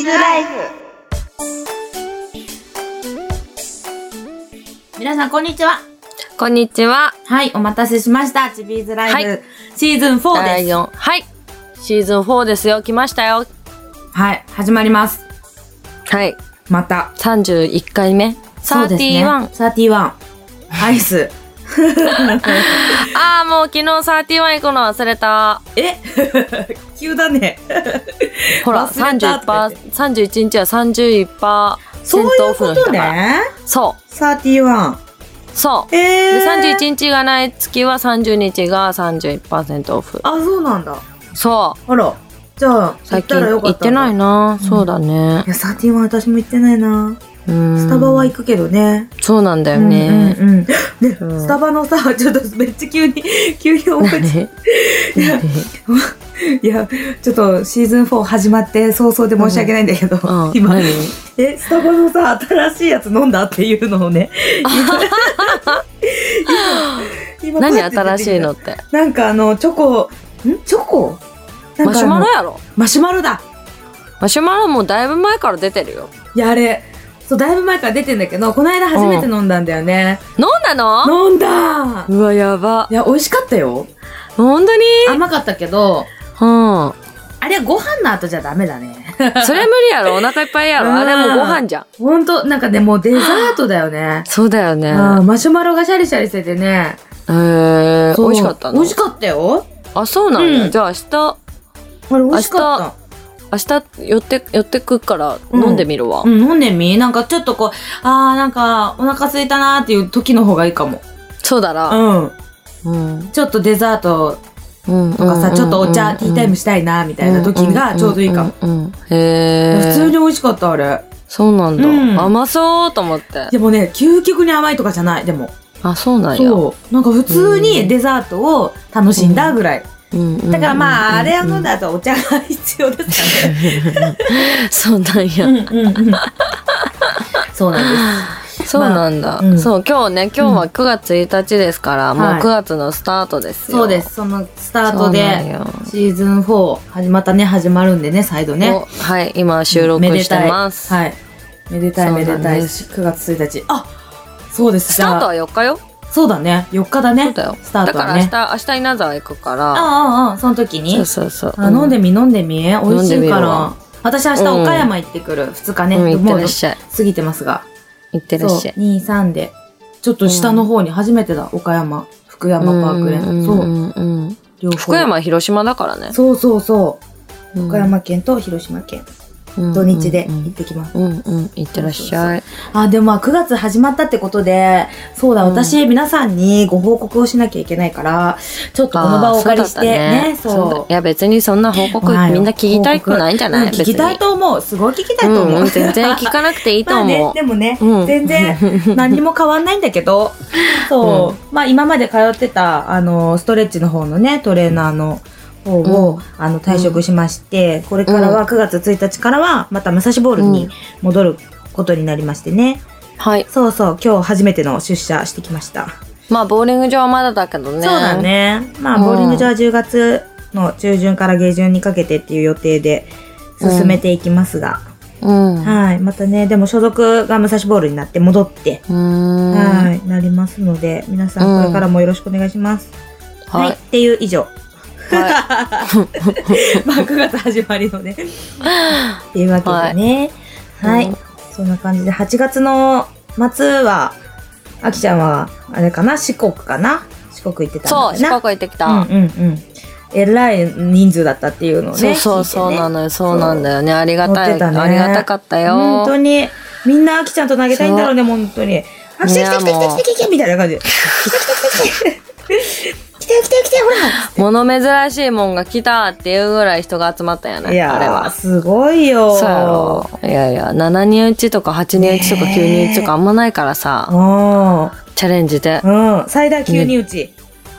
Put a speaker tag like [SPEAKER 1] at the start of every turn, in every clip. [SPEAKER 1] ズライフ皆さんこんにちは
[SPEAKER 2] こんにちは。
[SPEAKER 1] はいお待たせしましたチビーズライフ、
[SPEAKER 2] は
[SPEAKER 1] シーズン4
[SPEAKER 2] 第
[SPEAKER 1] です
[SPEAKER 2] 四はい。シーズン4ですよ。来ましたよ。
[SPEAKER 1] はい始まります
[SPEAKER 2] はい。
[SPEAKER 1] また
[SPEAKER 2] 31回目。
[SPEAKER 1] そうですね
[SPEAKER 2] 31。
[SPEAKER 1] 31アイス
[SPEAKER 2] ああ、もう昨日31行くの忘れた。
[SPEAKER 1] え 急だね
[SPEAKER 2] ほら、
[SPEAKER 1] 忘れたって
[SPEAKER 2] 31%パー、31日は31%パー
[SPEAKER 1] そう
[SPEAKER 2] セン
[SPEAKER 1] い
[SPEAKER 2] トオ
[SPEAKER 1] う
[SPEAKER 2] フ
[SPEAKER 1] こ
[SPEAKER 2] の日
[SPEAKER 1] と
[SPEAKER 2] だから。
[SPEAKER 1] ね
[SPEAKER 2] そ
[SPEAKER 1] 31
[SPEAKER 2] う。そう。
[SPEAKER 1] えー、
[SPEAKER 2] で31日がない月は30日が31%オフ。
[SPEAKER 1] あそうなんだ
[SPEAKER 2] そ
[SPEAKER 1] あらじゃあ
[SPEAKER 2] う。
[SPEAKER 1] 行っ
[SPEAKER 2] 最近
[SPEAKER 1] たらよ
[SPEAKER 2] 行
[SPEAKER 1] かっ
[SPEAKER 2] ったて
[SPEAKER 1] んだ
[SPEAKER 2] ないな。そうだね
[SPEAKER 1] い。や、サーティワン私も行ってないな。
[SPEAKER 2] うん
[SPEAKER 1] スタバは行くけどね。
[SPEAKER 2] そうなんだ
[SPEAKER 1] う
[SPEAKER 2] よ
[SPEAKER 1] ん
[SPEAKER 2] ね。
[SPEAKER 1] うんうん。で、
[SPEAKER 2] うん
[SPEAKER 1] スタバのさ、ちょっとめっちゃ急に、 急に思いつ
[SPEAKER 2] 何
[SPEAKER 1] いや、ちょっとシーズン4始まって早々で申し訳ないんだけど、
[SPEAKER 2] うん
[SPEAKER 1] 今、
[SPEAKER 2] 何
[SPEAKER 1] え、スタバのさ、新しいやつ飲んだっていうのを ね。今
[SPEAKER 2] 何新しいのって。
[SPEAKER 1] なんかあの、チョコ、んチョコなん
[SPEAKER 2] マ
[SPEAKER 1] か
[SPEAKER 2] シ
[SPEAKER 1] あ
[SPEAKER 2] ュ
[SPEAKER 1] の
[SPEAKER 2] マロやろ
[SPEAKER 1] マシュマロだ
[SPEAKER 2] マシュマロもだいぶ前から出てるよ。
[SPEAKER 1] いや、あれ、そう、だいぶ前から出てんだけど、この間初めて飲んだんだよね。
[SPEAKER 2] 飲んだの
[SPEAKER 1] 飲んだ
[SPEAKER 2] うわ、やば
[SPEAKER 1] い。や、美味しかったよ。
[SPEAKER 2] 本当に
[SPEAKER 1] 甘かったけど、
[SPEAKER 2] う
[SPEAKER 1] あれはご飯の後じゃダメだね。
[SPEAKER 2] ん。それ無理やろお腹いっぱいや
[SPEAKER 1] うん
[SPEAKER 2] ろあれもうご飯じゃん。
[SPEAKER 1] ほんと、なんかね、もうデザートだよね。
[SPEAKER 2] そうだよね。へ
[SPEAKER 1] あーマシュマロがシャリシャリしててね。
[SPEAKER 2] え
[SPEAKER 1] そう
[SPEAKER 2] 美味しかった
[SPEAKER 1] 美
[SPEAKER 2] の
[SPEAKER 1] 味しかったよ。
[SPEAKER 2] あ、そうな
[SPEAKER 1] うん
[SPEAKER 2] んだ。じゃあ明日、
[SPEAKER 1] あれ美味しかっ
[SPEAKER 2] 明日寄って、寄ってくから
[SPEAKER 1] うん
[SPEAKER 2] 飲んでみるわ
[SPEAKER 1] た。う。ん、飲んでみなんかちょっとこう、あーなんかお腹空いたなーっていう時の方がいいかも。
[SPEAKER 2] そうだら。
[SPEAKER 1] うん。
[SPEAKER 2] うん。
[SPEAKER 1] ちょっとデザート
[SPEAKER 2] うん。
[SPEAKER 1] とかさ、ちょっとお茶、ティータイム
[SPEAKER 2] し
[SPEAKER 1] したいなーみたいな時がちょうどいいかも。。
[SPEAKER 2] うんうんうんへえ。
[SPEAKER 1] 普通に美味しかった、あれ。
[SPEAKER 2] そうなんだ。
[SPEAKER 1] うん
[SPEAKER 2] 甘そうと思って。
[SPEAKER 1] でもね、究極に甘いとかじゃない、でも。
[SPEAKER 2] あ、そうなんや。
[SPEAKER 1] そう。なんか普通にデザートを楽しんだぐらい。
[SPEAKER 2] うんうん
[SPEAKER 1] だからまあ、あれを
[SPEAKER 2] うん
[SPEAKER 1] 飲んだ後はお茶が必要ですか
[SPEAKER 2] そうなんや。
[SPEAKER 1] らね。うんうんうん。そうなんで
[SPEAKER 2] そうなんだ、
[SPEAKER 1] うん
[SPEAKER 2] そう今日ね今日は9月1日ですから、
[SPEAKER 1] ん
[SPEAKER 2] もう
[SPEAKER 1] はい
[SPEAKER 2] 9月のスタートです
[SPEAKER 1] す。
[SPEAKER 2] よ、
[SPEAKER 1] そうです。そのスタート
[SPEAKER 2] そうなん
[SPEAKER 1] で、
[SPEAKER 2] よ
[SPEAKER 1] シーズン4、始またね、始まるんでね、再度ね。
[SPEAKER 2] おはい今収録
[SPEAKER 1] めで
[SPEAKER 2] して
[SPEAKER 1] たい
[SPEAKER 2] ます、
[SPEAKER 1] はい。めでたい
[SPEAKER 2] そうな
[SPEAKER 1] め
[SPEAKER 2] ん
[SPEAKER 1] でたい。
[SPEAKER 2] です
[SPEAKER 1] 9月1日。あそうです。
[SPEAKER 2] スタート
[SPEAKER 1] じゃ
[SPEAKER 2] は4日よ
[SPEAKER 1] あそうだね。4日だね。
[SPEAKER 2] そうだよ
[SPEAKER 1] スタート
[SPEAKER 2] だか
[SPEAKER 1] は
[SPEAKER 2] ら明
[SPEAKER 1] ね。
[SPEAKER 2] 日明日稲沢行くから
[SPEAKER 1] ああ、ああ、その時に
[SPEAKER 2] そう。そうそう
[SPEAKER 1] あ飲んでみ飲んでみ美味し
[SPEAKER 2] 飲んで
[SPEAKER 1] い
[SPEAKER 2] み
[SPEAKER 1] か
[SPEAKER 2] る
[SPEAKER 1] ら
[SPEAKER 2] わ
[SPEAKER 1] 私明日岡山行ってくる、2日ね、
[SPEAKER 2] うん、行っ
[SPEAKER 1] も
[SPEAKER 2] て
[SPEAKER 1] う
[SPEAKER 2] らっしゃい
[SPEAKER 1] 過ぎてますが
[SPEAKER 2] 行ってらっしゃい
[SPEAKER 1] 23でちょっと下の方に初めてだ、岡山福山パークで、
[SPEAKER 2] うん
[SPEAKER 1] そううん
[SPEAKER 2] うんうん
[SPEAKER 1] 両方
[SPEAKER 2] 福山は広島だからね、
[SPEAKER 1] そうそうそう
[SPEAKER 2] うん
[SPEAKER 1] 岡山県と広島県、
[SPEAKER 2] うん
[SPEAKER 1] 土日で
[SPEAKER 2] う
[SPEAKER 1] 行っ
[SPEAKER 2] ん
[SPEAKER 1] てきます、
[SPEAKER 2] うん、うんうん行ってらっしゃい
[SPEAKER 1] あでもまあ9月始まったってことでそうだ
[SPEAKER 2] うん
[SPEAKER 1] 私、皆さんにご報告をしなきゃいけないからちょっとこの場をお借りして
[SPEAKER 2] あーそうだ
[SPEAKER 1] ねそう
[SPEAKER 2] そうだいや別にそんな報告
[SPEAKER 1] はい
[SPEAKER 2] みんな聞きたくないんじゃな
[SPEAKER 1] う
[SPEAKER 2] い、
[SPEAKER 1] ん聞きたいと思うすごい聞きたいと思う、
[SPEAKER 2] うん、全然聞かなくていいと思う。
[SPEAKER 1] まあね、でもね、
[SPEAKER 2] うん
[SPEAKER 1] 全 然何にも変わんないんだけど、そう、まあ今まで通ってた、あの、ストレッチの方のね、トレーナーの方を、
[SPEAKER 2] う
[SPEAKER 1] あの、退職しまして、これからは9月1日からは、また武蔵ボールに戻ることになりましてね。
[SPEAKER 2] はい。
[SPEAKER 1] そうそう、今日初めての出社してきました。
[SPEAKER 2] まあ、ボーリング場はまだだけどね。
[SPEAKER 1] そうだ。ね。まあ、
[SPEAKER 2] うん
[SPEAKER 1] ボーリング場は10月の中旬から下旬にかけてっていう予定で進めていきますが、
[SPEAKER 2] うん。う
[SPEAKER 1] はい。またね、でも所属が武蔵ボールになって戻って、
[SPEAKER 2] ーん。
[SPEAKER 1] はい、なりますので、皆さ
[SPEAKER 2] うん
[SPEAKER 1] んこれからもよろしくお願いします。はい、
[SPEAKER 2] はい
[SPEAKER 1] っ。ていう以上。
[SPEAKER 2] は
[SPEAKER 1] まあ、9月始まりの ね。っていうわけでね。は、
[SPEAKER 2] はいいうん
[SPEAKER 1] そんな感じで、8月の末は、あきちゃんは、あれかな、四国かな四国行って
[SPEAKER 2] い。
[SPEAKER 1] たんだよ
[SPEAKER 2] そう、
[SPEAKER 1] な。
[SPEAKER 2] 四国行ってきた。
[SPEAKER 1] うんうんうん。えらい人数だったっていうのをね。
[SPEAKER 2] そうそうそう
[SPEAKER 1] 聞いて
[SPEAKER 2] な
[SPEAKER 1] ね
[SPEAKER 2] のよ、そうなんだよね。ありがた
[SPEAKER 1] 乗って
[SPEAKER 2] い。
[SPEAKER 1] たね
[SPEAKER 2] ありがたかったよ。
[SPEAKER 1] 本当に、みんなあきちゃんと投げたいんだろうね、本当に。あきちゃん来て来て来て来て来てみたいな感じで。来て来て来て来て来て来て来てほら
[SPEAKER 2] 物珍しいもんが来たっていうぐらい人が集まったよね。
[SPEAKER 1] いやー
[SPEAKER 2] あれは。
[SPEAKER 1] すごいよー。
[SPEAKER 2] そうやろ。いやいや、7人打ちとか8人打ちとか
[SPEAKER 1] ね
[SPEAKER 2] 9
[SPEAKER 1] え
[SPEAKER 2] 人打ちとかあんまないからさ、チャレンジで。
[SPEAKER 1] うん。うん。最大9人打ち。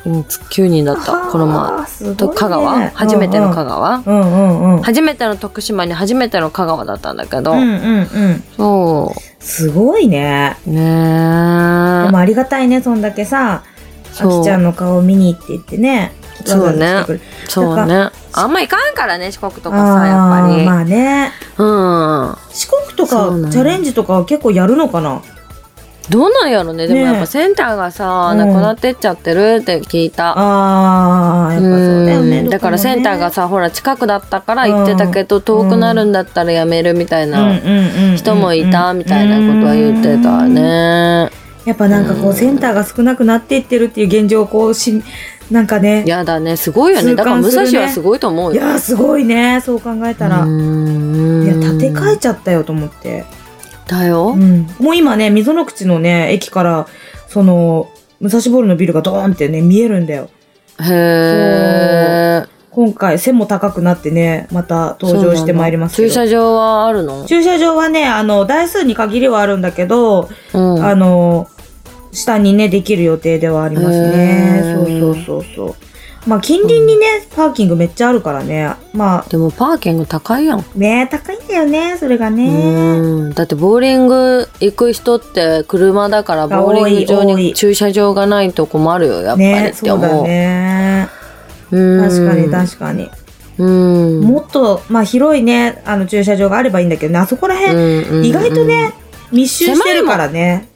[SPEAKER 2] うん、9人だった、この前。
[SPEAKER 1] 前
[SPEAKER 2] と、香川初めての香
[SPEAKER 1] 川。
[SPEAKER 2] 川
[SPEAKER 1] うんうんうん。
[SPEAKER 2] 初めての徳島に初めての香川だったんだけど、
[SPEAKER 1] うんうんうん。
[SPEAKER 2] そ
[SPEAKER 1] すごいね。
[SPEAKER 2] うね
[SPEAKER 1] で
[SPEAKER 2] え
[SPEAKER 1] もありがたいね、そんだけさ、あ
[SPEAKER 2] そう
[SPEAKER 1] きちゃんの顔見に行って言ってね。
[SPEAKER 2] そうね
[SPEAKER 1] わざわざ来てくれる
[SPEAKER 2] そう
[SPEAKER 1] なん
[SPEAKER 2] ねあんま行かんからね四国とか
[SPEAKER 1] あ
[SPEAKER 2] さやっぱ
[SPEAKER 1] ー
[SPEAKER 2] り、
[SPEAKER 1] まあね
[SPEAKER 2] うん
[SPEAKER 1] 四国と
[SPEAKER 2] そう
[SPEAKER 1] か
[SPEAKER 2] なの
[SPEAKER 1] チャレンジとか結構やるのかな
[SPEAKER 2] どうなんやろねでも
[SPEAKER 1] ね
[SPEAKER 2] やっぱセンターがさ、
[SPEAKER 1] うん
[SPEAKER 2] なくなってっちゃってるって聞いた
[SPEAKER 1] ああやっぱそうだよね
[SPEAKER 2] うんだからセンターが
[SPEAKER 1] さ
[SPEAKER 2] さほら近くだったから行ってたけど遠くなるんだったらやめるみたいな人もいたみたいなことは言ってたね
[SPEAKER 1] やっぱなんかこうセンターが少なくなっていってるっていう現状をこうしなんかね
[SPEAKER 2] やだねすごいよね
[SPEAKER 1] 痛
[SPEAKER 2] だから
[SPEAKER 1] 感す
[SPEAKER 2] 武
[SPEAKER 1] るね
[SPEAKER 2] 蔵はすごいと思う
[SPEAKER 1] い
[SPEAKER 2] よ
[SPEAKER 1] やーすごいねそう考えたら
[SPEAKER 2] うーん
[SPEAKER 1] いや建て替えちゃったよと思って、
[SPEAKER 2] だ
[SPEAKER 1] う
[SPEAKER 2] よ、
[SPEAKER 1] んもう今ね溝の口のね駅からその武蔵坊のビルがドーンってね見えるんだよ
[SPEAKER 2] へえ
[SPEAKER 1] 今回背も高くなってねまた登場してまいりますけ
[SPEAKER 2] 駐
[SPEAKER 1] ど
[SPEAKER 2] 車場はあるの、
[SPEAKER 1] 駐車場はねあの台数に限りはあるんだけど、
[SPEAKER 2] うん、
[SPEAKER 1] あの下にねできる予定ではありますね
[SPEAKER 2] へ
[SPEAKER 1] そう
[SPEAKER 2] ー
[SPEAKER 1] そうそうそうまあ近隣にね、パーキングめっちゃあるからねまあ
[SPEAKER 2] でもパーキング高いやん、
[SPEAKER 1] ね高いんだよねそれが
[SPEAKER 2] う
[SPEAKER 1] ね
[SPEAKER 2] んだってボーリング行く人って車だから
[SPEAKER 1] が
[SPEAKER 2] ボーリング場
[SPEAKER 1] 多い多
[SPEAKER 2] に
[SPEAKER 1] い
[SPEAKER 2] 駐車場がないと困るよやっぱり
[SPEAKER 1] ね
[SPEAKER 2] って
[SPEAKER 1] そう
[SPEAKER 2] 思
[SPEAKER 1] だ
[SPEAKER 2] う,、
[SPEAKER 1] ね
[SPEAKER 2] うん
[SPEAKER 1] 確かに確かに、
[SPEAKER 2] うん
[SPEAKER 1] もっと、まあ、広いねあの駐車場があればいいんだけどねあそこら辺、
[SPEAKER 2] うん
[SPEAKER 1] 意外とね、密集してるからね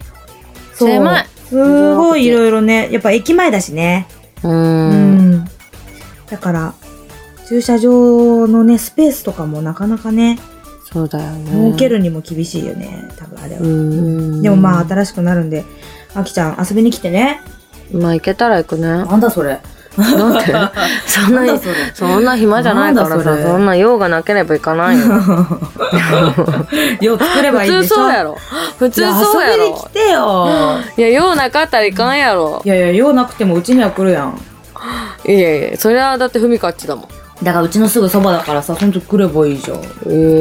[SPEAKER 1] そう
[SPEAKER 2] 狭い
[SPEAKER 1] すごいいろいろねやっぱ駅前だしね
[SPEAKER 2] う、
[SPEAKER 1] うん
[SPEAKER 2] うん
[SPEAKER 1] ん、だから駐車場のねスペースとかもなかなかね
[SPEAKER 2] そうだよね
[SPEAKER 1] 設けるにも厳しいよね多分あれは、
[SPEAKER 2] うん
[SPEAKER 1] でもまあ新しくなるんであきちゃん遊びに来てね
[SPEAKER 2] まあ行けたら行くねなん
[SPEAKER 1] なんだそれ
[SPEAKER 2] でそん
[SPEAKER 1] なんだ
[SPEAKER 2] な
[SPEAKER 1] それ
[SPEAKER 2] そんな暇じゃないから
[SPEAKER 1] なんだそ
[SPEAKER 2] さ
[SPEAKER 1] れ
[SPEAKER 2] そんな用がなければ行かないよ
[SPEAKER 1] よ作れば
[SPEAKER 2] 普
[SPEAKER 1] いいんで
[SPEAKER 2] 通
[SPEAKER 1] しょ
[SPEAKER 2] そうやろ普通そうや
[SPEAKER 1] い遊びに来
[SPEAKER 2] ろ
[SPEAKER 1] てよ
[SPEAKER 2] いや用なかったらいかんやろ
[SPEAKER 1] いやいや用なくてもうちには来るやん
[SPEAKER 2] いやいやそれはだってふみかっちだもん
[SPEAKER 1] だからうちのすぐそばだからさほんと来ればいいじゃん
[SPEAKER 2] い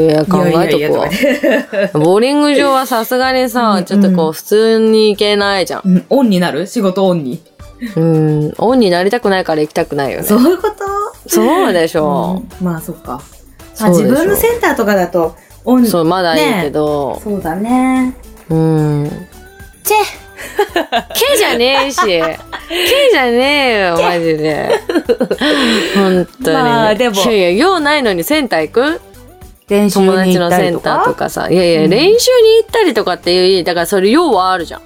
[SPEAKER 2] や考えと
[SPEAKER 1] いやいやいや
[SPEAKER 2] く
[SPEAKER 1] とか
[SPEAKER 2] わボーリング場はさすがにさ、ちょっとこう、普通に行けないじゃん。
[SPEAKER 1] うんオンになる仕事オンに
[SPEAKER 2] うん、オンになりたくないから行きたくないよね。
[SPEAKER 1] そういうこと
[SPEAKER 2] そうでしょ
[SPEAKER 1] うんまあそっか
[SPEAKER 2] そ
[SPEAKER 1] あ
[SPEAKER 2] うでし
[SPEAKER 1] 自
[SPEAKER 2] ょ
[SPEAKER 1] 分のセンターとかだとオン
[SPEAKER 2] う。そう、まだいいけど。
[SPEAKER 1] そうだね
[SPEAKER 2] うん。
[SPEAKER 1] チ
[SPEAKER 2] けじゃね えし。けじゃねえよ、マジで。本当に。
[SPEAKER 1] まあでも
[SPEAKER 2] いやいや、用ないのにセンター行く
[SPEAKER 1] ェ練
[SPEAKER 2] 友達のセンターとかさ。いやいや、
[SPEAKER 1] うん
[SPEAKER 2] 練習に行ったりとかっていう、だからそれ用はあるじゃん。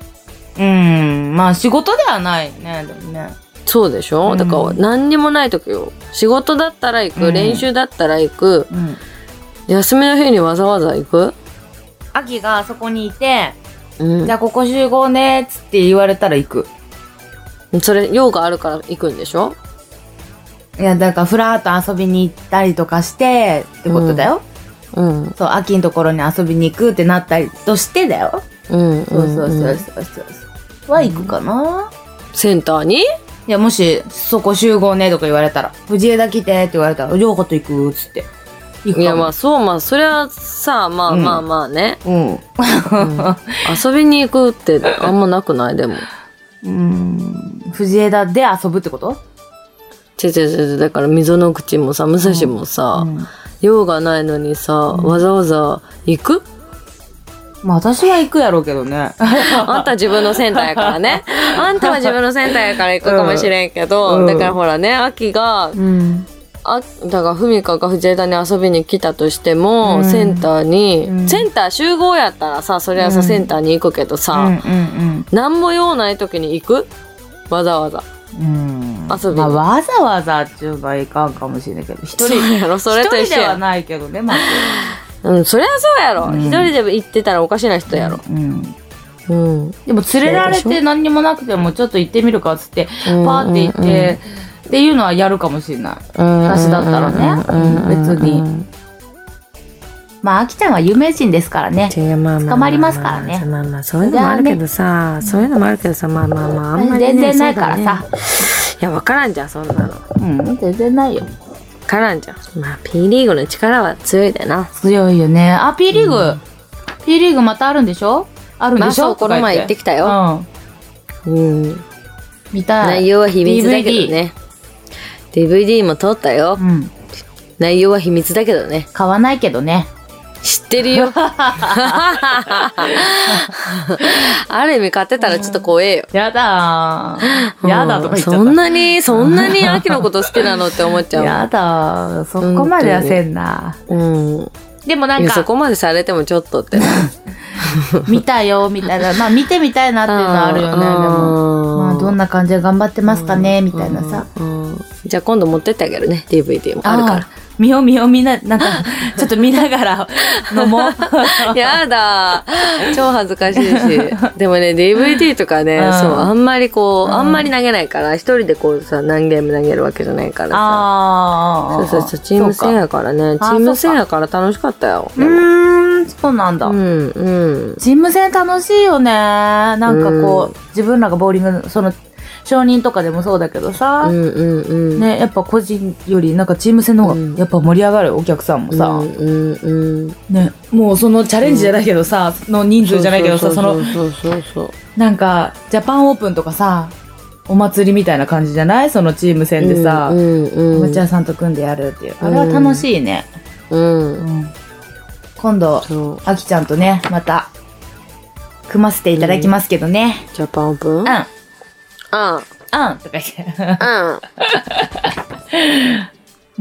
[SPEAKER 1] うんまあ仕事ではないねでもね
[SPEAKER 2] そうでしょ、
[SPEAKER 1] うん
[SPEAKER 2] だから何にもない時よ。仕事だったら行く、
[SPEAKER 1] うん
[SPEAKER 2] 練習だったら行く、
[SPEAKER 1] うん
[SPEAKER 2] 休みの日にわざわざ行く
[SPEAKER 1] 秋がそこにいて
[SPEAKER 2] うん
[SPEAKER 1] じゃ。あここ集合ねっつって言われたら行く
[SPEAKER 2] それ、用があるから行くんでしょ
[SPEAKER 1] いやだからふらーっと遊びに行ったりとかしてってことだよ、
[SPEAKER 2] うん。
[SPEAKER 1] そう秋のところに遊びに行くってなったりとしてだよ
[SPEAKER 2] うん。
[SPEAKER 1] そうそうそうそ
[SPEAKER 2] ん
[SPEAKER 1] うそうそうは行くかな、
[SPEAKER 2] センターに
[SPEAKER 1] いやもしそこ集合ねとか言われたら藤枝来てって言われたらようこと行くっつって行くかも
[SPEAKER 2] いや、まあそう、まあそれはさ、まあ
[SPEAKER 1] うん
[SPEAKER 2] まあまあね。
[SPEAKER 1] うん
[SPEAKER 2] 遊びに行くってあんまなくないでも。
[SPEAKER 1] うん藤枝で遊ぶってこと
[SPEAKER 2] 違う違う違う。だから溝の口もさ、武蔵もさ、
[SPEAKER 1] うん
[SPEAKER 2] 用がないのにさ、わざわざ行く
[SPEAKER 1] まあ私は行くやろうけどね。
[SPEAKER 2] あんた自分のセンターやから ね。あんたは自分のセンターやから行くかもしれんけど、
[SPEAKER 1] うん
[SPEAKER 2] だからほらね、秋が、
[SPEAKER 1] うん。
[SPEAKER 2] あだから文香が藤枝に遊びに来たとしても、
[SPEAKER 1] うん
[SPEAKER 2] センターに、
[SPEAKER 1] うん
[SPEAKER 2] センター集合やったらさ、それはさ、
[SPEAKER 1] うん
[SPEAKER 2] センターに行くけど
[SPEAKER 1] うん
[SPEAKER 2] さ、なんも用ない時に行くわざわざ。
[SPEAKER 1] うんうん。
[SPEAKER 2] 遊びに
[SPEAKER 1] まあわざわざっていう場合いかんかもしれないけど、一
[SPEAKER 2] そ
[SPEAKER 1] 人。
[SPEAKER 2] うやろそれと
[SPEAKER 1] 一
[SPEAKER 2] 一
[SPEAKER 1] 人
[SPEAKER 2] 緒
[SPEAKER 1] では
[SPEAKER 2] や。
[SPEAKER 1] ないけどね、まあ。
[SPEAKER 2] うん、そりゃそうやろ。
[SPEAKER 1] うん
[SPEAKER 2] 一人で行ってたらおかしな人やろ。
[SPEAKER 1] うん。
[SPEAKER 2] うん。
[SPEAKER 1] でも連れられ
[SPEAKER 2] そうで
[SPEAKER 1] て何にもなくてもちょっと行ってみるかっつって、
[SPEAKER 2] うん
[SPEAKER 1] パーって行って、っていうのはやるかもしれない。
[SPEAKER 2] 私
[SPEAKER 1] 私だったらねうん別に。まあ、あきちゃんは有名人ですからね。
[SPEAKER 2] いやまあまあ
[SPEAKER 1] 捕まりますからね
[SPEAKER 2] まあまあそういうのもあるけどさ、そういうのもあるけどさまあまあまああんまり、ね、
[SPEAKER 1] 全然ないから
[SPEAKER 2] そうだ
[SPEAKER 1] さ
[SPEAKER 2] ね。いやわからんじゃんそんなのわ
[SPEAKER 1] うん、全然ないよ。
[SPEAKER 2] からんじゃんまあ P リーグの力は強いだな
[SPEAKER 1] 強いよね。あ、P リーグ。P リーグまたあるんでしょあるんでしょ
[SPEAKER 2] まあそうこの前行ってきたよ、
[SPEAKER 1] うん。
[SPEAKER 2] うん、
[SPEAKER 1] 見たい。
[SPEAKER 2] 内容は秘密だけどね DVD も撮ったよ
[SPEAKER 1] うん。
[SPEAKER 2] 内容は秘密だけどね
[SPEAKER 1] 買わないけどね。
[SPEAKER 2] 知っってるよ。ある意味勝てたらちょっと怖えよ。
[SPEAKER 1] やだー。やだとか言っちゃった。
[SPEAKER 2] そんなに、そんなに秋のこと好きなのって思っちゃう。
[SPEAKER 1] やだー。そこまではせんな。
[SPEAKER 2] うん。
[SPEAKER 1] でもないん
[SPEAKER 2] やそ
[SPEAKER 1] か、
[SPEAKER 2] こまでされてもちょっとって。
[SPEAKER 1] 見たよ、みたいな。まあ、見てみたいなっていうのはあるよね、でも。 まあ、どんな感じで頑張ってますかね、みたいなさ。
[SPEAKER 2] うん。うんじゃあ今度持ってってあげるね、DVD も。あ るから。
[SPEAKER 1] ー。見よう見ようみんな、なん か、ちょっと見ながら飲も う。
[SPEAKER 2] やだ超恥ずかしいし。でもね、DVD とかね、
[SPEAKER 1] うん
[SPEAKER 2] そう、あんまりこう、
[SPEAKER 1] うん
[SPEAKER 2] あんまり投げないから、一人でこうさ、何ゲーム投げるわけじゃないからさ。
[SPEAKER 1] あ
[SPEAKER 2] そ
[SPEAKER 1] あ。
[SPEAKER 2] うそうそう、チーム戦やからね。チ
[SPEAKER 1] かあ
[SPEAKER 2] ーム戦やから楽しかったよ。
[SPEAKER 1] うーん、そうなんだ。
[SPEAKER 2] うん、うん。
[SPEAKER 1] チーム戦楽しいよね。なんかこう、自分らがボーリング、その、承認とかでもそうだけど
[SPEAKER 2] う
[SPEAKER 1] さ、
[SPEAKER 2] んうんうん。
[SPEAKER 1] ね、やっぱ個人より、なんかチーム戦の方
[SPEAKER 2] うん
[SPEAKER 1] が、やっぱ盛り上がる、お客さんも
[SPEAKER 2] う
[SPEAKER 1] さ、
[SPEAKER 2] んうんうん。
[SPEAKER 1] ね、もうそのチャレンジじゃないけどさ、の人数じゃないけどさ、その、
[SPEAKER 2] そうそうそう。
[SPEAKER 1] なんか、ジャパンオープンとかさ、お祭りみたいな感じじゃないそのチーム戦でさ、
[SPEAKER 2] うん
[SPEAKER 1] お
[SPEAKER 2] う
[SPEAKER 1] も
[SPEAKER 2] ん
[SPEAKER 1] ちゃ屋さんと組んでやるっていう。あれは楽しいね。
[SPEAKER 2] うん。う。
[SPEAKER 1] うんん。今度、
[SPEAKER 2] そう。
[SPEAKER 1] あきちゃんとね、また、組ませていただきますけどね。
[SPEAKER 2] ジャパンオープン
[SPEAKER 1] うん。
[SPEAKER 2] うん。
[SPEAKER 1] うん。とか言って。
[SPEAKER 2] うん。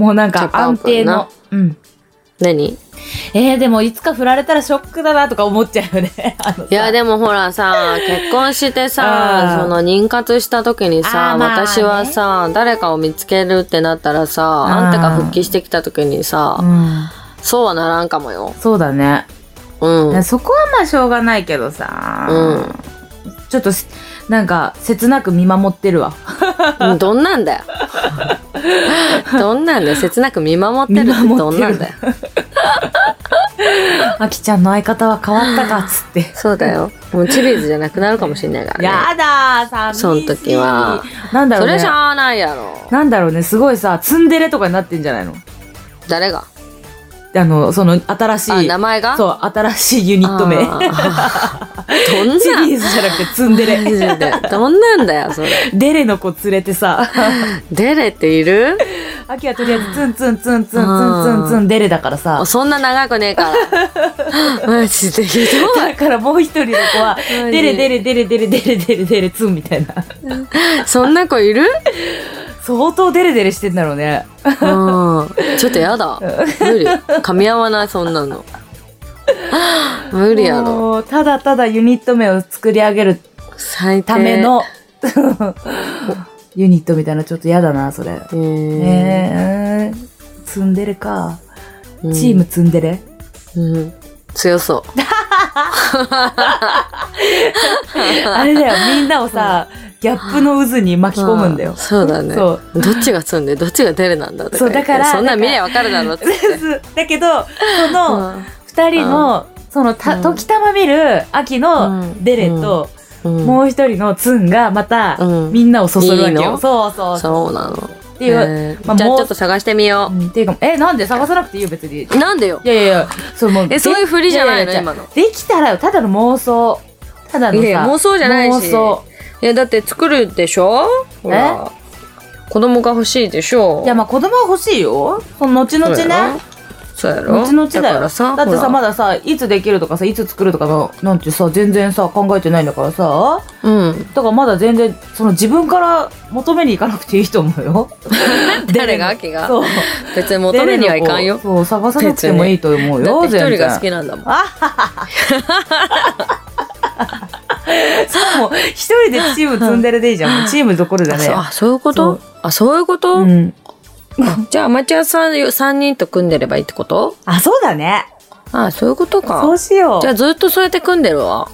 [SPEAKER 1] もうなん
[SPEAKER 2] ジャ
[SPEAKER 1] か
[SPEAKER 2] パンオ
[SPEAKER 1] 安
[SPEAKER 2] ープ
[SPEAKER 1] 定
[SPEAKER 2] ンな
[SPEAKER 1] の。うん。
[SPEAKER 2] 何
[SPEAKER 1] えー、でもいつか振られたらショックだなとか思っちゃうよね。 あのさ
[SPEAKER 2] いや、でもほらさ、結婚して さ、
[SPEAKER 1] うん
[SPEAKER 2] その妊活した時に
[SPEAKER 1] あ
[SPEAKER 2] さ、
[SPEAKER 1] ーまあね
[SPEAKER 2] 私はさ、誰かを見つけるってなったらさ、
[SPEAKER 1] うん
[SPEAKER 2] あんたが復帰してきた時に
[SPEAKER 1] う
[SPEAKER 2] さ、
[SPEAKER 1] ん。
[SPEAKER 2] そうはならんかもよ。
[SPEAKER 1] そうだね。
[SPEAKER 2] う ん。
[SPEAKER 1] そこはまあしょうがないけどさ。
[SPEAKER 2] うん。
[SPEAKER 1] ちょっとし、なんか、切なく見守ってるわ。
[SPEAKER 2] うんどんなんだよ。どんなんだよ。切なく見守ってるって
[SPEAKER 1] 見
[SPEAKER 2] ど
[SPEAKER 1] 守っ
[SPEAKER 2] ん
[SPEAKER 1] て
[SPEAKER 2] な
[SPEAKER 1] る
[SPEAKER 2] んだよ。
[SPEAKER 1] あきちゃんの相方は変わったかっつ って。
[SPEAKER 2] そうだよ。もうチビーズじゃなくなるかもしんないからね。
[SPEAKER 1] やだー、寂しい。
[SPEAKER 2] そん時は。
[SPEAKER 1] なんだ
[SPEAKER 2] そ
[SPEAKER 1] ろう
[SPEAKER 2] れし
[SPEAKER 1] ね。
[SPEAKER 2] ゃあないやろ。
[SPEAKER 1] なんだろうね、すごいさ、ツンデレとかになってんじゃないの
[SPEAKER 2] 誰が
[SPEAKER 1] あの、その、新し
[SPEAKER 2] あ、
[SPEAKER 1] い。
[SPEAKER 2] 名前が、
[SPEAKER 1] そうう、新しいユニット名。
[SPEAKER 2] あーどん
[SPEAKER 1] シ
[SPEAKER 2] な
[SPEAKER 1] リーズじゃなくてツンデ
[SPEAKER 2] マジ
[SPEAKER 1] レ。
[SPEAKER 2] でどんなんだよ、それ。
[SPEAKER 1] デレの子連れてさ、
[SPEAKER 2] デレっている
[SPEAKER 1] アキはとりあえずツンツンツンツンツンツンツンデレだからさ
[SPEAKER 2] あ、そんな長くね えから。マジでひど
[SPEAKER 1] だからもう一人の子は、
[SPEAKER 2] 何
[SPEAKER 1] デレデレデレデレデレデレデレツンみたいな。
[SPEAKER 2] い。そんな子いる
[SPEAKER 1] 相当デレデレしてんだろうね。
[SPEAKER 2] うん。ちょっとやだ。無理。噛み合わない、そんなの。無理やろ。
[SPEAKER 1] もうただただユニット名を作り上げる
[SPEAKER 2] 最低。
[SPEAKER 1] ため。の、ユニットみたいなちょっと嫌だな、それ。
[SPEAKER 2] えー
[SPEAKER 1] えー、ツンデレか。
[SPEAKER 2] うん
[SPEAKER 1] チームツンデレ、
[SPEAKER 2] うん。強そう。
[SPEAKER 1] あれだよ、みんなをさ、ギャップの渦に巻き込むんだよ
[SPEAKER 2] あ。そうだね。
[SPEAKER 1] そう
[SPEAKER 2] どっちが積んで、どっちがデレなんだと
[SPEAKER 1] そうだから
[SPEAKER 2] 言ってそんな
[SPEAKER 1] だ
[SPEAKER 2] ん
[SPEAKER 1] から
[SPEAKER 2] 見りゃわかるだろうって。
[SPEAKER 1] だけど、その、二人の、そのた、
[SPEAKER 2] うん
[SPEAKER 1] 時たま見る秋
[SPEAKER 2] う
[SPEAKER 1] の
[SPEAKER 2] ん
[SPEAKER 1] デレと、
[SPEAKER 2] うん
[SPEAKER 1] もう一人のツンがまた、
[SPEAKER 2] うん
[SPEAKER 1] みんなをそそるわけ
[SPEAKER 2] いい
[SPEAKER 1] よ。
[SPEAKER 2] の
[SPEAKER 1] そうそうそう。
[SPEAKER 2] そうなの。
[SPEAKER 1] っていう、
[SPEAKER 2] えー
[SPEAKER 1] まあ
[SPEAKER 2] じゃあ
[SPEAKER 1] もう
[SPEAKER 2] ちょっと探してみよ
[SPEAKER 1] うんっていうか、え、なんで探さなくていいよ、別に。
[SPEAKER 2] う。なんでよ
[SPEAKER 1] いやいやいや、そうもう。
[SPEAKER 2] えそういうふりじゃないの
[SPEAKER 1] ややや
[SPEAKER 2] 今の
[SPEAKER 1] できたらよ、ただの妄想。ただのさ。
[SPEAKER 2] いやいや妄想じゃないし
[SPEAKER 1] 妄想。
[SPEAKER 2] いやだって作るでしょほら子供が欲しいでしょ
[SPEAKER 1] いや、まあ子供は欲しいよ。その後々
[SPEAKER 2] そうやろ
[SPEAKER 1] ね。
[SPEAKER 2] そうやろ
[SPEAKER 1] 後々だ
[SPEAKER 2] だ
[SPEAKER 1] よ。
[SPEAKER 2] からさ
[SPEAKER 1] だって
[SPEAKER 2] ほら
[SPEAKER 1] さ、まださ、いつできるとかさ、いつ作るとかの、なんてさ、全然さ、考えてないんだからさ。
[SPEAKER 2] うん
[SPEAKER 1] だからまだ全然、その自分から求めに行かなくていいと思うよ。
[SPEAKER 2] 誰が秋が
[SPEAKER 1] そう。
[SPEAKER 2] 別に求めにはいかんよ
[SPEAKER 1] そう、探さなくてもいいと思う
[SPEAKER 2] だ
[SPEAKER 1] よ、
[SPEAKER 2] って一
[SPEAKER 1] 全
[SPEAKER 2] 人
[SPEAKER 1] 然。
[SPEAKER 2] が 好きなんだもん
[SPEAKER 1] そう、もう一人でチーム積んでるでいいじゃん。もうチームどころじゃねえ
[SPEAKER 2] そう
[SPEAKER 1] よ
[SPEAKER 2] あそういうことあそういうこと
[SPEAKER 1] うん。
[SPEAKER 2] あじゃあアマチュアさん3人と組んでればいいってこと
[SPEAKER 1] あ、そうだね。
[SPEAKER 2] あそういうこと
[SPEAKER 1] そ
[SPEAKER 2] か
[SPEAKER 1] うしよう
[SPEAKER 2] じゃ。あずっとそうやって組んでるわ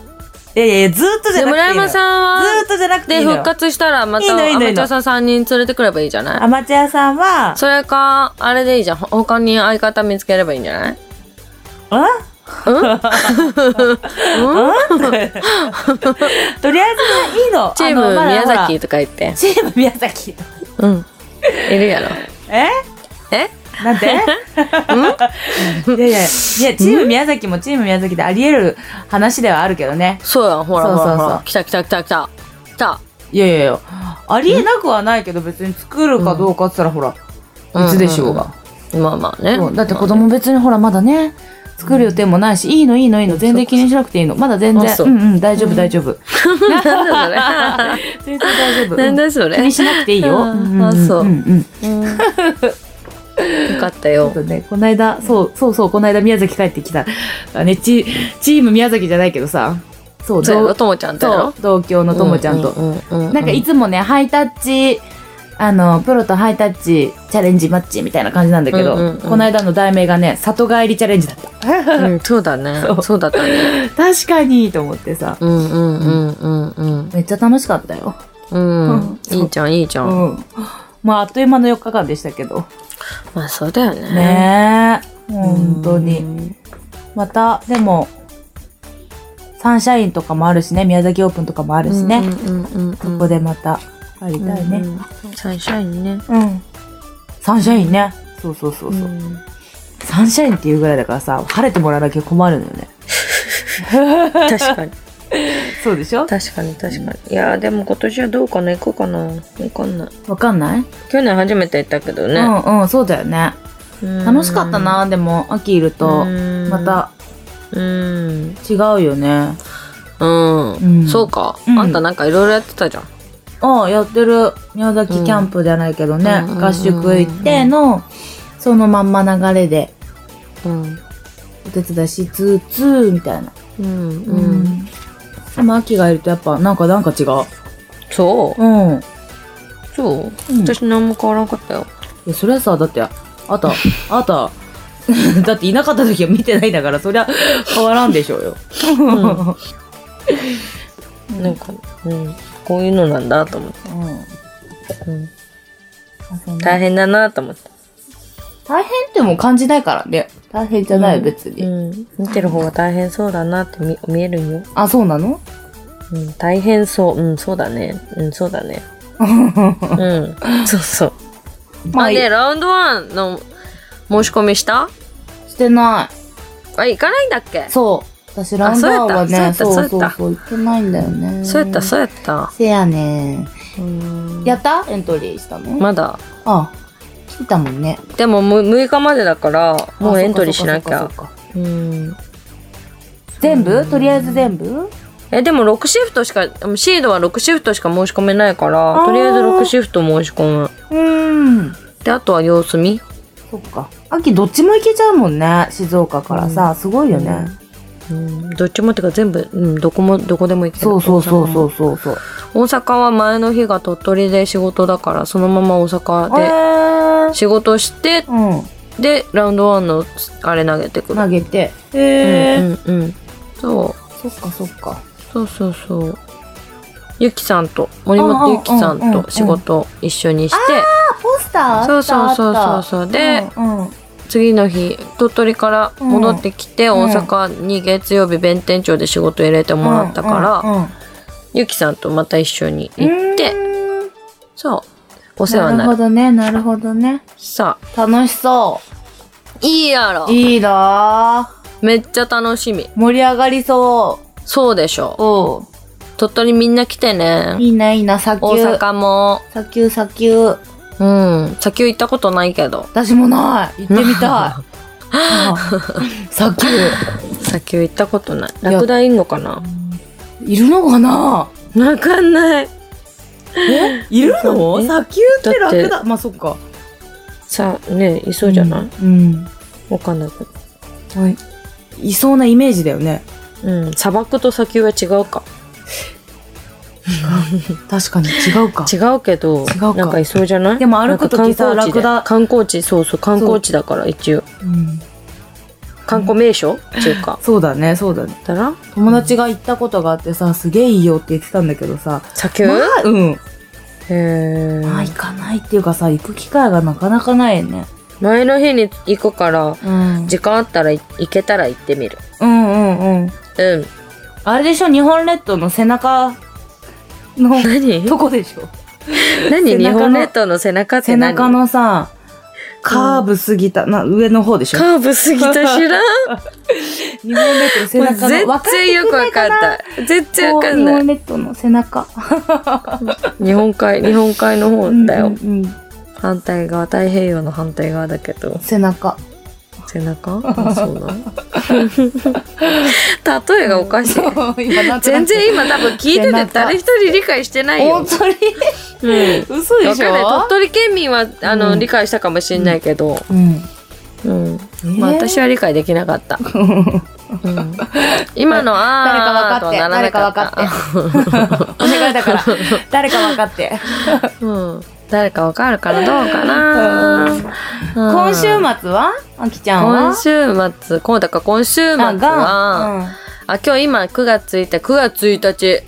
[SPEAKER 1] いやいやいや、ずーっとじ
[SPEAKER 2] で
[SPEAKER 1] ゃなくていいの
[SPEAKER 2] 村
[SPEAKER 1] よ。
[SPEAKER 2] 山さん
[SPEAKER 1] ずーっ
[SPEAKER 2] は
[SPEAKER 1] とじゃなくてい
[SPEAKER 2] で
[SPEAKER 1] いのよ
[SPEAKER 2] 復活したらま
[SPEAKER 1] いい
[SPEAKER 2] たア
[SPEAKER 1] の
[SPEAKER 2] マ
[SPEAKER 1] いいのいいの
[SPEAKER 2] チュアさん3人連れてくればいいじゃない
[SPEAKER 1] アマチュアさんは、
[SPEAKER 2] それか、あれでいいじゃん。ほ他に相方見つければいいんじゃない
[SPEAKER 1] うんうんとりあえずね、いいの。
[SPEAKER 2] チー
[SPEAKER 1] あの
[SPEAKER 2] ム
[SPEAKER 1] まだ
[SPEAKER 2] 宮
[SPEAKER 1] ほら
[SPEAKER 2] 崎とか言って。
[SPEAKER 1] チーム宮崎と。
[SPEAKER 2] うん。いるやろ。
[SPEAKER 1] え
[SPEAKER 2] え
[SPEAKER 1] なんていやいや、いや、チーム宮崎もチーム宮崎であり得る話ではあるけどね。
[SPEAKER 2] そうやん、ほら
[SPEAKER 1] そうそ
[SPEAKER 2] ほ
[SPEAKER 1] うそ
[SPEAKER 2] ら
[SPEAKER 1] う
[SPEAKER 2] ほら。来た来た来た来た。来た。
[SPEAKER 1] いやいやいや、ありえなくはないけど別に作るかどうかって言ったらほら、
[SPEAKER 2] うん
[SPEAKER 1] いつでしょうが。
[SPEAKER 2] まあまあね。
[SPEAKER 1] そうだって子供別にほらまだね作る予定もないし、いいのいいのいいの、全然気にしなくていいの。まだ全然
[SPEAKER 2] あ、そう
[SPEAKER 1] うんうん、大丈夫大丈 夫。
[SPEAKER 2] なんだ
[SPEAKER 1] 全然大丈
[SPEAKER 2] そ
[SPEAKER 1] 夫。
[SPEAKER 2] れ。なん
[SPEAKER 1] うん
[SPEAKER 2] だそれ。
[SPEAKER 1] 気にしなくていいよ。
[SPEAKER 2] あー
[SPEAKER 1] んん
[SPEAKER 2] あそうん
[SPEAKER 1] ん
[SPEAKER 2] よかった
[SPEAKER 1] ちょ
[SPEAKER 2] よ
[SPEAKER 1] っ。とね、この間、そう、そうそう、この間宮崎帰ってきた。あね、チ、チーム宮崎じゃないけどさ、そう、
[SPEAKER 2] そうや
[SPEAKER 1] 同
[SPEAKER 2] ろ、ともちゃんとや
[SPEAKER 1] そ
[SPEAKER 2] ろ
[SPEAKER 1] う。同郷のともちゃんと。
[SPEAKER 2] な
[SPEAKER 1] なんかいつもね、ハイタッチ、あの、プロとハイタッチ、チャレンジマッチみたいな感じなんだけど、
[SPEAKER 2] うんうんうん
[SPEAKER 1] この間の題名がね、里帰りチャレンジだった。
[SPEAKER 2] うん、そうだね
[SPEAKER 1] そ。う
[SPEAKER 2] そうだったね。
[SPEAKER 1] 確かにと思ってさ、
[SPEAKER 2] うんうんうんうんうん
[SPEAKER 1] めっちゃ楽しかったよ。
[SPEAKER 2] うん。いいじゃん、いいじゃ。
[SPEAKER 1] うんん。まあ、あっという間の4日間でしたけど。
[SPEAKER 2] まあそうだよね。
[SPEAKER 1] ねえ。
[SPEAKER 2] うん
[SPEAKER 1] 本当に。。また、でも、サンシャインとかもあるしね、宮崎オープンとかもあるしね。
[SPEAKER 2] うんうんうん。
[SPEAKER 1] そこでまた、帰りたいね。
[SPEAKER 2] サンシャインね。
[SPEAKER 1] うん。サンシャインね。そうそうそうそう。
[SPEAKER 2] うん
[SPEAKER 1] サンシャインっていうぐらいだからさ、晴れてもらわなきゃ困るのよね。
[SPEAKER 2] 確かに。
[SPEAKER 1] そうでしょ
[SPEAKER 2] 確かに確かに。いやーでも今年はどうかな行こうかな。わかんない。
[SPEAKER 1] わかんない、
[SPEAKER 2] 去年初めて行ったけど
[SPEAKER 1] う
[SPEAKER 2] ね。
[SPEAKER 1] んうん、そうだよね。楽しかったな、でも、秋いると。ま
[SPEAKER 2] ま。
[SPEAKER 1] た
[SPEAKER 2] うん。
[SPEAKER 1] 違うよね。
[SPEAKER 2] う
[SPEAKER 1] うん
[SPEAKER 2] ん。そうか。
[SPEAKER 1] うん
[SPEAKER 2] あんたなんかいろいろやってたじゃん。
[SPEAKER 1] ああ、やってる宮崎キャンプじゃないけどね、
[SPEAKER 2] うん
[SPEAKER 1] 合宿行っての、そのまんま流れで
[SPEAKER 2] うん。
[SPEAKER 1] お手伝いしつつ、みたいな。
[SPEAKER 2] うん
[SPEAKER 1] う
[SPEAKER 2] うん。。
[SPEAKER 1] でも秋がいるとやっぱ、なんかなんか違う。
[SPEAKER 2] そう
[SPEAKER 1] うん。
[SPEAKER 2] そう
[SPEAKER 1] うん
[SPEAKER 2] 私何も変わらなかったよ。
[SPEAKER 1] いや、それはさ、だって、あた、あた、 だっていなかった時は見てないんだから、そりゃ変わらんでしょうよ。うん
[SPEAKER 2] なんか、うん。こういうのなんだと思って。うん大
[SPEAKER 1] 大変。
[SPEAKER 2] 変だなと思って。
[SPEAKER 1] 大変っても感じないからね。大変じゃない、別に。
[SPEAKER 2] うん。見てる方が大変そうだなって見見えるよ。
[SPEAKER 1] あ、そうなの
[SPEAKER 2] うん。大変そう。うん、そうだね。うん、そう だね。うん。そうそう。
[SPEAKER 1] ま
[SPEAKER 2] ま
[SPEAKER 1] あ
[SPEAKER 2] あ
[SPEAKER 1] いい
[SPEAKER 2] ね、ラウンドワンの申し込みした
[SPEAKER 1] してな
[SPEAKER 2] あ、行かないんだっけ
[SPEAKER 1] い。そう。私、ラウンドワンはね、
[SPEAKER 2] そう
[SPEAKER 1] そ
[SPEAKER 2] や
[SPEAKER 1] う
[SPEAKER 2] ったそ
[SPEAKER 1] そうう
[SPEAKER 2] やった
[SPEAKER 1] そう、行ってないんだよね。
[SPEAKER 2] そうやった、そうやった。
[SPEAKER 1] せやね
[SPEAKER 2] うん
[SPEAKER 1] やったエントリーしたの
[SPEAKER 2] まだ。
[SPEAKER 1] あ、来たもんね。
[SPEAKER 2] でもむ6日までだから、もうエントリーしなき
[SPEAKER 1] あそ
[SPEAKER 2] ゃ
[SPEAKER 1] っ。かそっかそっか
[SPEAKER 2] うん。
[SPEAKER 1] 全部とりあえず全部
[SPEAKER 2] え、でも6シフトしか、うんシードは6シフトしか申し込めないから
[SPEAKER 1] あ、ー
[SPEAKER 2] とりあえず6シフト申し込む。
[SPEAKER 1] うん。
[SPEAKER 2] で、あとは様子見。
[SPEAKER 1] そっか。秋どっちも行けちゃうもんね。静岡からさ、すごいよね。
[SPEAKER 2] うん、どっちもってか全部、うん、どこも、どこでも行ける。。
[SPEAKER 1] そうそうそうそううそうそう。
[SPEAKER 2] 大阪は前の日が鳥取で仕事だから、そのまま大阪
[SPEAKER 1] え
[SPEAKER 2] で仕事して、
[SPEAKER 1] ー、
[SPEAKER 2] で、ラウンドワンのあれ投げて
[SPEAKER 1] う
[SPEAKER 2] く
[SPEAKER 1] ん。
[SPEAKER 2] る。
[SPEAKER 1] 投げて。へ
[SPEAKER 2] うんうんうん。そ
[SPEAKER 1] そ
[SPEAKER 2] う。
[SPEAKER 1] っかそっか。
[SPEAKER 2] そうそうそう。ゆきさんと、森
[SPEAKER 1] うんう
[SPEAKER 2] 本
[SPEAKER 1] ん
[SPEAKER 2] ゆきさん
[SPEAKER 1] うんうん
[SPEAKER 2] と仕事を一緒にして、
[SPEAKER 1] あ、ポスターあった
[SPEAKER 2] そうそうそう
[SPEAKER 1] あ
[SPEAKER 2] そう
[SPEAKER 1] った
[SPEAKER 2] そうで
[SPEAKER 1] うんうん
[SPEAKER 2] 次の日、鳥取から戻ってきて、
[SPEAKER 1] ん
[SPEAKER 2] 大阪に月曜日弁天町で仕事入れてもらったから、ゆきさんとまた一緒に行って、
[SPEAKER 1] うんうん
[SPEAKER 2] そう、お世話にな
[SPEAKER 1] なる
[SPEAKER 2] る。
[SPEAKER 1] ほどね、なるほどね。
[SPEAKER 2] さあ、
[SPEAKER 1] 楽しそ
[SPEAKER 2] いいやろ
[SPEAKER 1] う。いいなぁ
[SPEAKER 2] めっちゃ楽しみ。
[SPEAKER 1] 盛り上がりそ
[SPEAKER 2] そうでし
[SPEAKER 1] う。
[SPEAKER 2] ょ。
[SPEAKER 1] お
[SPEAKER 2] 鳥取みんな来て
[SPEAKER 1] う
[SPEAKER 2] ね。
[SPEAKER 1] いいな、いいな、砂
[SPEAKER 2] 大
[SPEAKER 1] 丘。
[SPEAKER 2] 阪も。
[SPEAKER 1] 砂丘、砂丘。
[SPEAKER 2] うん。砂丘行ったことないけど。
[SPEAKER 1] 私もない。行ってみ たい。うん砂丘。
[SPEAKER 2] 砂丘行ったことない。
[SPEAKER 1] や
[SPEAKER 2] ラクダいんのかない
[SPEAKER 1] るのかな
[SPEAKER 2] わかんない。
[SPEAKER 1] えいるの
[SPEAKER 2] え
[SPEAKER 1] 砂丘って楽だ。まあそっか。
[SPEAKER 2] さあ、ねいそうじゃないわ、
[SPEAKER 1] うん。
[SPEAKER 2] かんないけど。
[SPEAKER 1] はい。いそうなイメージだよね。
[SPEAKER 2] うん。砂漠と砂丘は違うか。
[SPEAKER 1] 確かに違うか。
[SPEAKER 2] 違うけど、
[SPEAKER 1] 違うか
[SPEAKER 2] なんかいそうじゃない
[SPEAKER 1] でも歩く時さ
[SPEAKER 2] なんか観光
[SPEAKER 1] ラクダ
[SPEAKER 2] 地で観光地、そうそう、観光地だから、一応。
[SPEAKER 1] うん。
[SPEAKER 2] 観光名所っていうか。
[SPEAKER 1] そうだね、そうだね。
[SPEAKER 2] だな
[SPEAKER 1] 友達が行ったことがあってさ、すげえいいよって言ってたんだけどさ。
[SPEAKER 2] 砂丘、
[SPEAKER 1] まあ、うん。
[SPEAKER 2] へえ。
[SPEAKER 1] まあ行かないっていうかさ、行く機会がなかなかないよね。
[SPEAKER 2] 前の日に行くから、
[SPEAKER 1] うん
[SPEAKER 2] 時間あったらい行けたら行ってみる。
[SPEAKER 1] うんうんうん。
[SPEAKER 2] うん。
[SPEAKER 1] あれでしょ、日本列島の背中の
[SPEAKER 2] 何
[SPEAKER 1] とこでしょ。
[SPEAKER 2] 何
[SPEAKER 1] 背中の
[SPEAKER 2] 日本列島の背中って
[SPEAKER 1] 背
[SPEAKER 2] 何
[SPEAKER 1] 中のさ、カーブ過ぎた、な、上の方でしょ。
[SPEAKER 2] カーブすぎた知らん
[SPEAKER 1] 日本列島の背
[SPEAKER 2] もう
[SPEAKER 1] 中の。
[SPEAKER 2] 全然よくわかんない。全然わかん
[SPEAKER 1] 日
[SPEAKER 2] ない
[SPEAKER 1] 本。列島の背中。
[SPEAKER 2] 日本海、日本海の方だよ。
[SPEAKER 1] うんうんうん
[SPEAKER 2] 反対側、太平洋の反対側だけど、
[SPEAKER 1] 背中。
[SPEAKER 2] 背 中あそうなの例えがおかしい
[SPEAKER 1] 今なんとな
[SPEAKER 2] 全
[SPEAKER 1] く
[SPEAKER 2] 然今多分聞いてて
[SPEAKER 1] 背中
[SPEAKER 2] 誰一人理解してないよ
[SPEAKER 1] 本。当に
[SPEAKER 2] うん
[SPEAKER 1] 嘘で
[SPEAKER 2] わ
[SPEAKER 1] し
[SPEAKER 2] かんない鳥
[SPEAKER 1] ょ
[SPEAKER 2] 取県民はあの、
[SPEAKER 1] うん
[SPEAKER 2] 理解したかもしれないけど、
[SPEAKER 1] うん
[SPEAKER 2] うんまあ、
[SPEAKER 1] えー
[SPEAKER 2] 私は理解できなかった、うん今の「
[SPEAKER 1] 誰か
[SPEAKER 2] あ
[SPEAKER 1] 分
[SPEAKER 2] ー」
[SPEAKER 1] かっ
[SPEAKER 2] とは
[SPEAKER 1] て
[SPEAKER 2] なら
[SPEAKER 1] 誰
[SPEAKER 2] なか
[SPEAKER 1] か分かっ
[SPEAKER 2] った
[SPEAKER 1] てお願いだから 誰か分かって
[SPEAKER 2] うん、誰かわかるからどうかな、うん
[SPEAKER 1] 今週末はあきちゃんは
[SPEAKER 2] 今週末こうだから今週末は
[SPEAKER 1] あが、うん、
[SPEAKER 2] あ今日今9月1日9月1日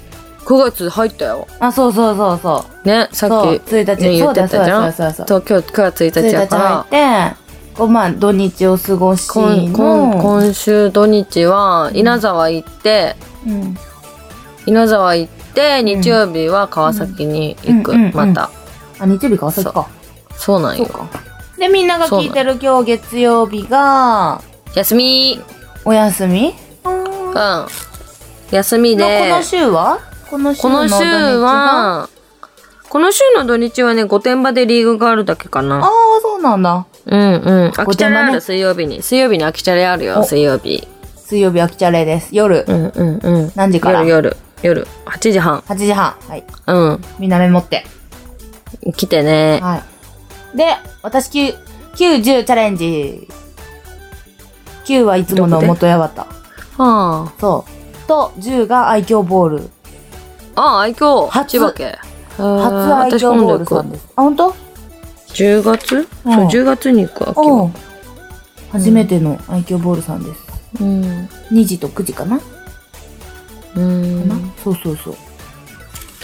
[SPEAKER 2] 9月入ったよ
[SPEAKER 1] あそうそうそうそう
[SPEAKER 2] ねさ
[SPEAKER 1] そう
[SPEAKER 2] っき
[SPEAKER 1] 1日、
[SPEAKER 2] ね
[SPEAKER 1] そうだ
[SPEAKER 2] 言って
[SPEAKER 1] そう
[SPEAKER 2] たじゃ
[SPEAKER 1] だ
[SPEAKER 2] ん
[SPEAKER 1] そうだそうだ
[SPEAKER 2] 東京9月1日
[SPEAKER 1] 1
[SPEAKER 2] や
[SPEAKER 1] 日
[SPEAKER 2] から
[SPEAKER 1] 入ってこうまあ土日を過ごし
[SPEAKER 2] こんこん
[SPEAKER 1] の
[SPEAKER 2] 今週土日は稲沢行って、
[SPEAKER 1] うん
[SPEAKER 2] 稲沢行って日曜日は川崎に行く、
[SPEAKER 1] うんうんうんうん
[SPEAKER 2] また
[SPEAKER 1] あ日曜日か朝日か
[SPEAKER 2] そうなん
[SPEAKER 1] そう
[SPEAKER 2] よ
[SPEAKER 1] かでみんなが聞いてる今日月曜日が
[SPEAKER 2] 休み
[SPEAKER 1] お休み
[SPEAKER 2] う
[SPEAKER 1] のこ
[SPEAKER 2] ん休みで
[SPEAKER 1] の週はこの週
[SPEAKER 2] こ
[SPEAKER 1] の
[SPEAKER 2] の
[SPEAKER 1] 土
[SPEAKER 2] 週
[SPEAKER 1] 日があ
[SPEAKER 2] はこの週の土日はね御殿場でリーグがあるだけか
[SPEAKER 1] あ
[SPEAKER 2] な
[SPEAKER 1] ーそうなんだ
[SPEAKER 2] うんうん秋チャレ
[SPEAKER 1] 御殿場
[SPEAKER 2] ある
[SPEAKER 1] ね
[SPEAKER 2] 水曜日に水曜日に秋チャレあるよ
[SPEAKER 1] お
[SPEAKER 2] 水曜日
[SPEAKER 1] 水曜日はきちゃれです夜
[SPEAKER 2] うんうんうん
[SPEAKER 1] 何時から
[SPEAKER 2] 夜夜夜8時半
[SPEAKER 1] 8時半はい
[SPEAKER 2] うん
[SPEAKER 1] みんなメモって
[SPEAKER 2] 来てね
[SPEAKER 1] はい。で、私9、9、10チャレンジ。9はいつもの元八幡。
[SPEAKER 2] は
[SPEAKER 1] そう。と、10が愛嬌ボール。
[SPEAKER 2] あああ愛嬌
[SPEAKER 1] 初
[SPEAKER 2] 千葉県
[SPEAKER 1] 初愛嬌ボールさんです。あ、ほんと
[SPEAKER 2] 10月、
[SPEAKER 1] うん
[SPEAKER 2] そう10月に行く秋
[SPEAKER 1] う
[SPEAKER 2] は
[SPEAKER 1] ん。初めての愛嬌ボールさんです。
[SPEAKER 2] うん
[SPEAKER 1] 2時と9時かな、
[SPEAKER 2] うん
[SPEAKER 1] なそうそうそう。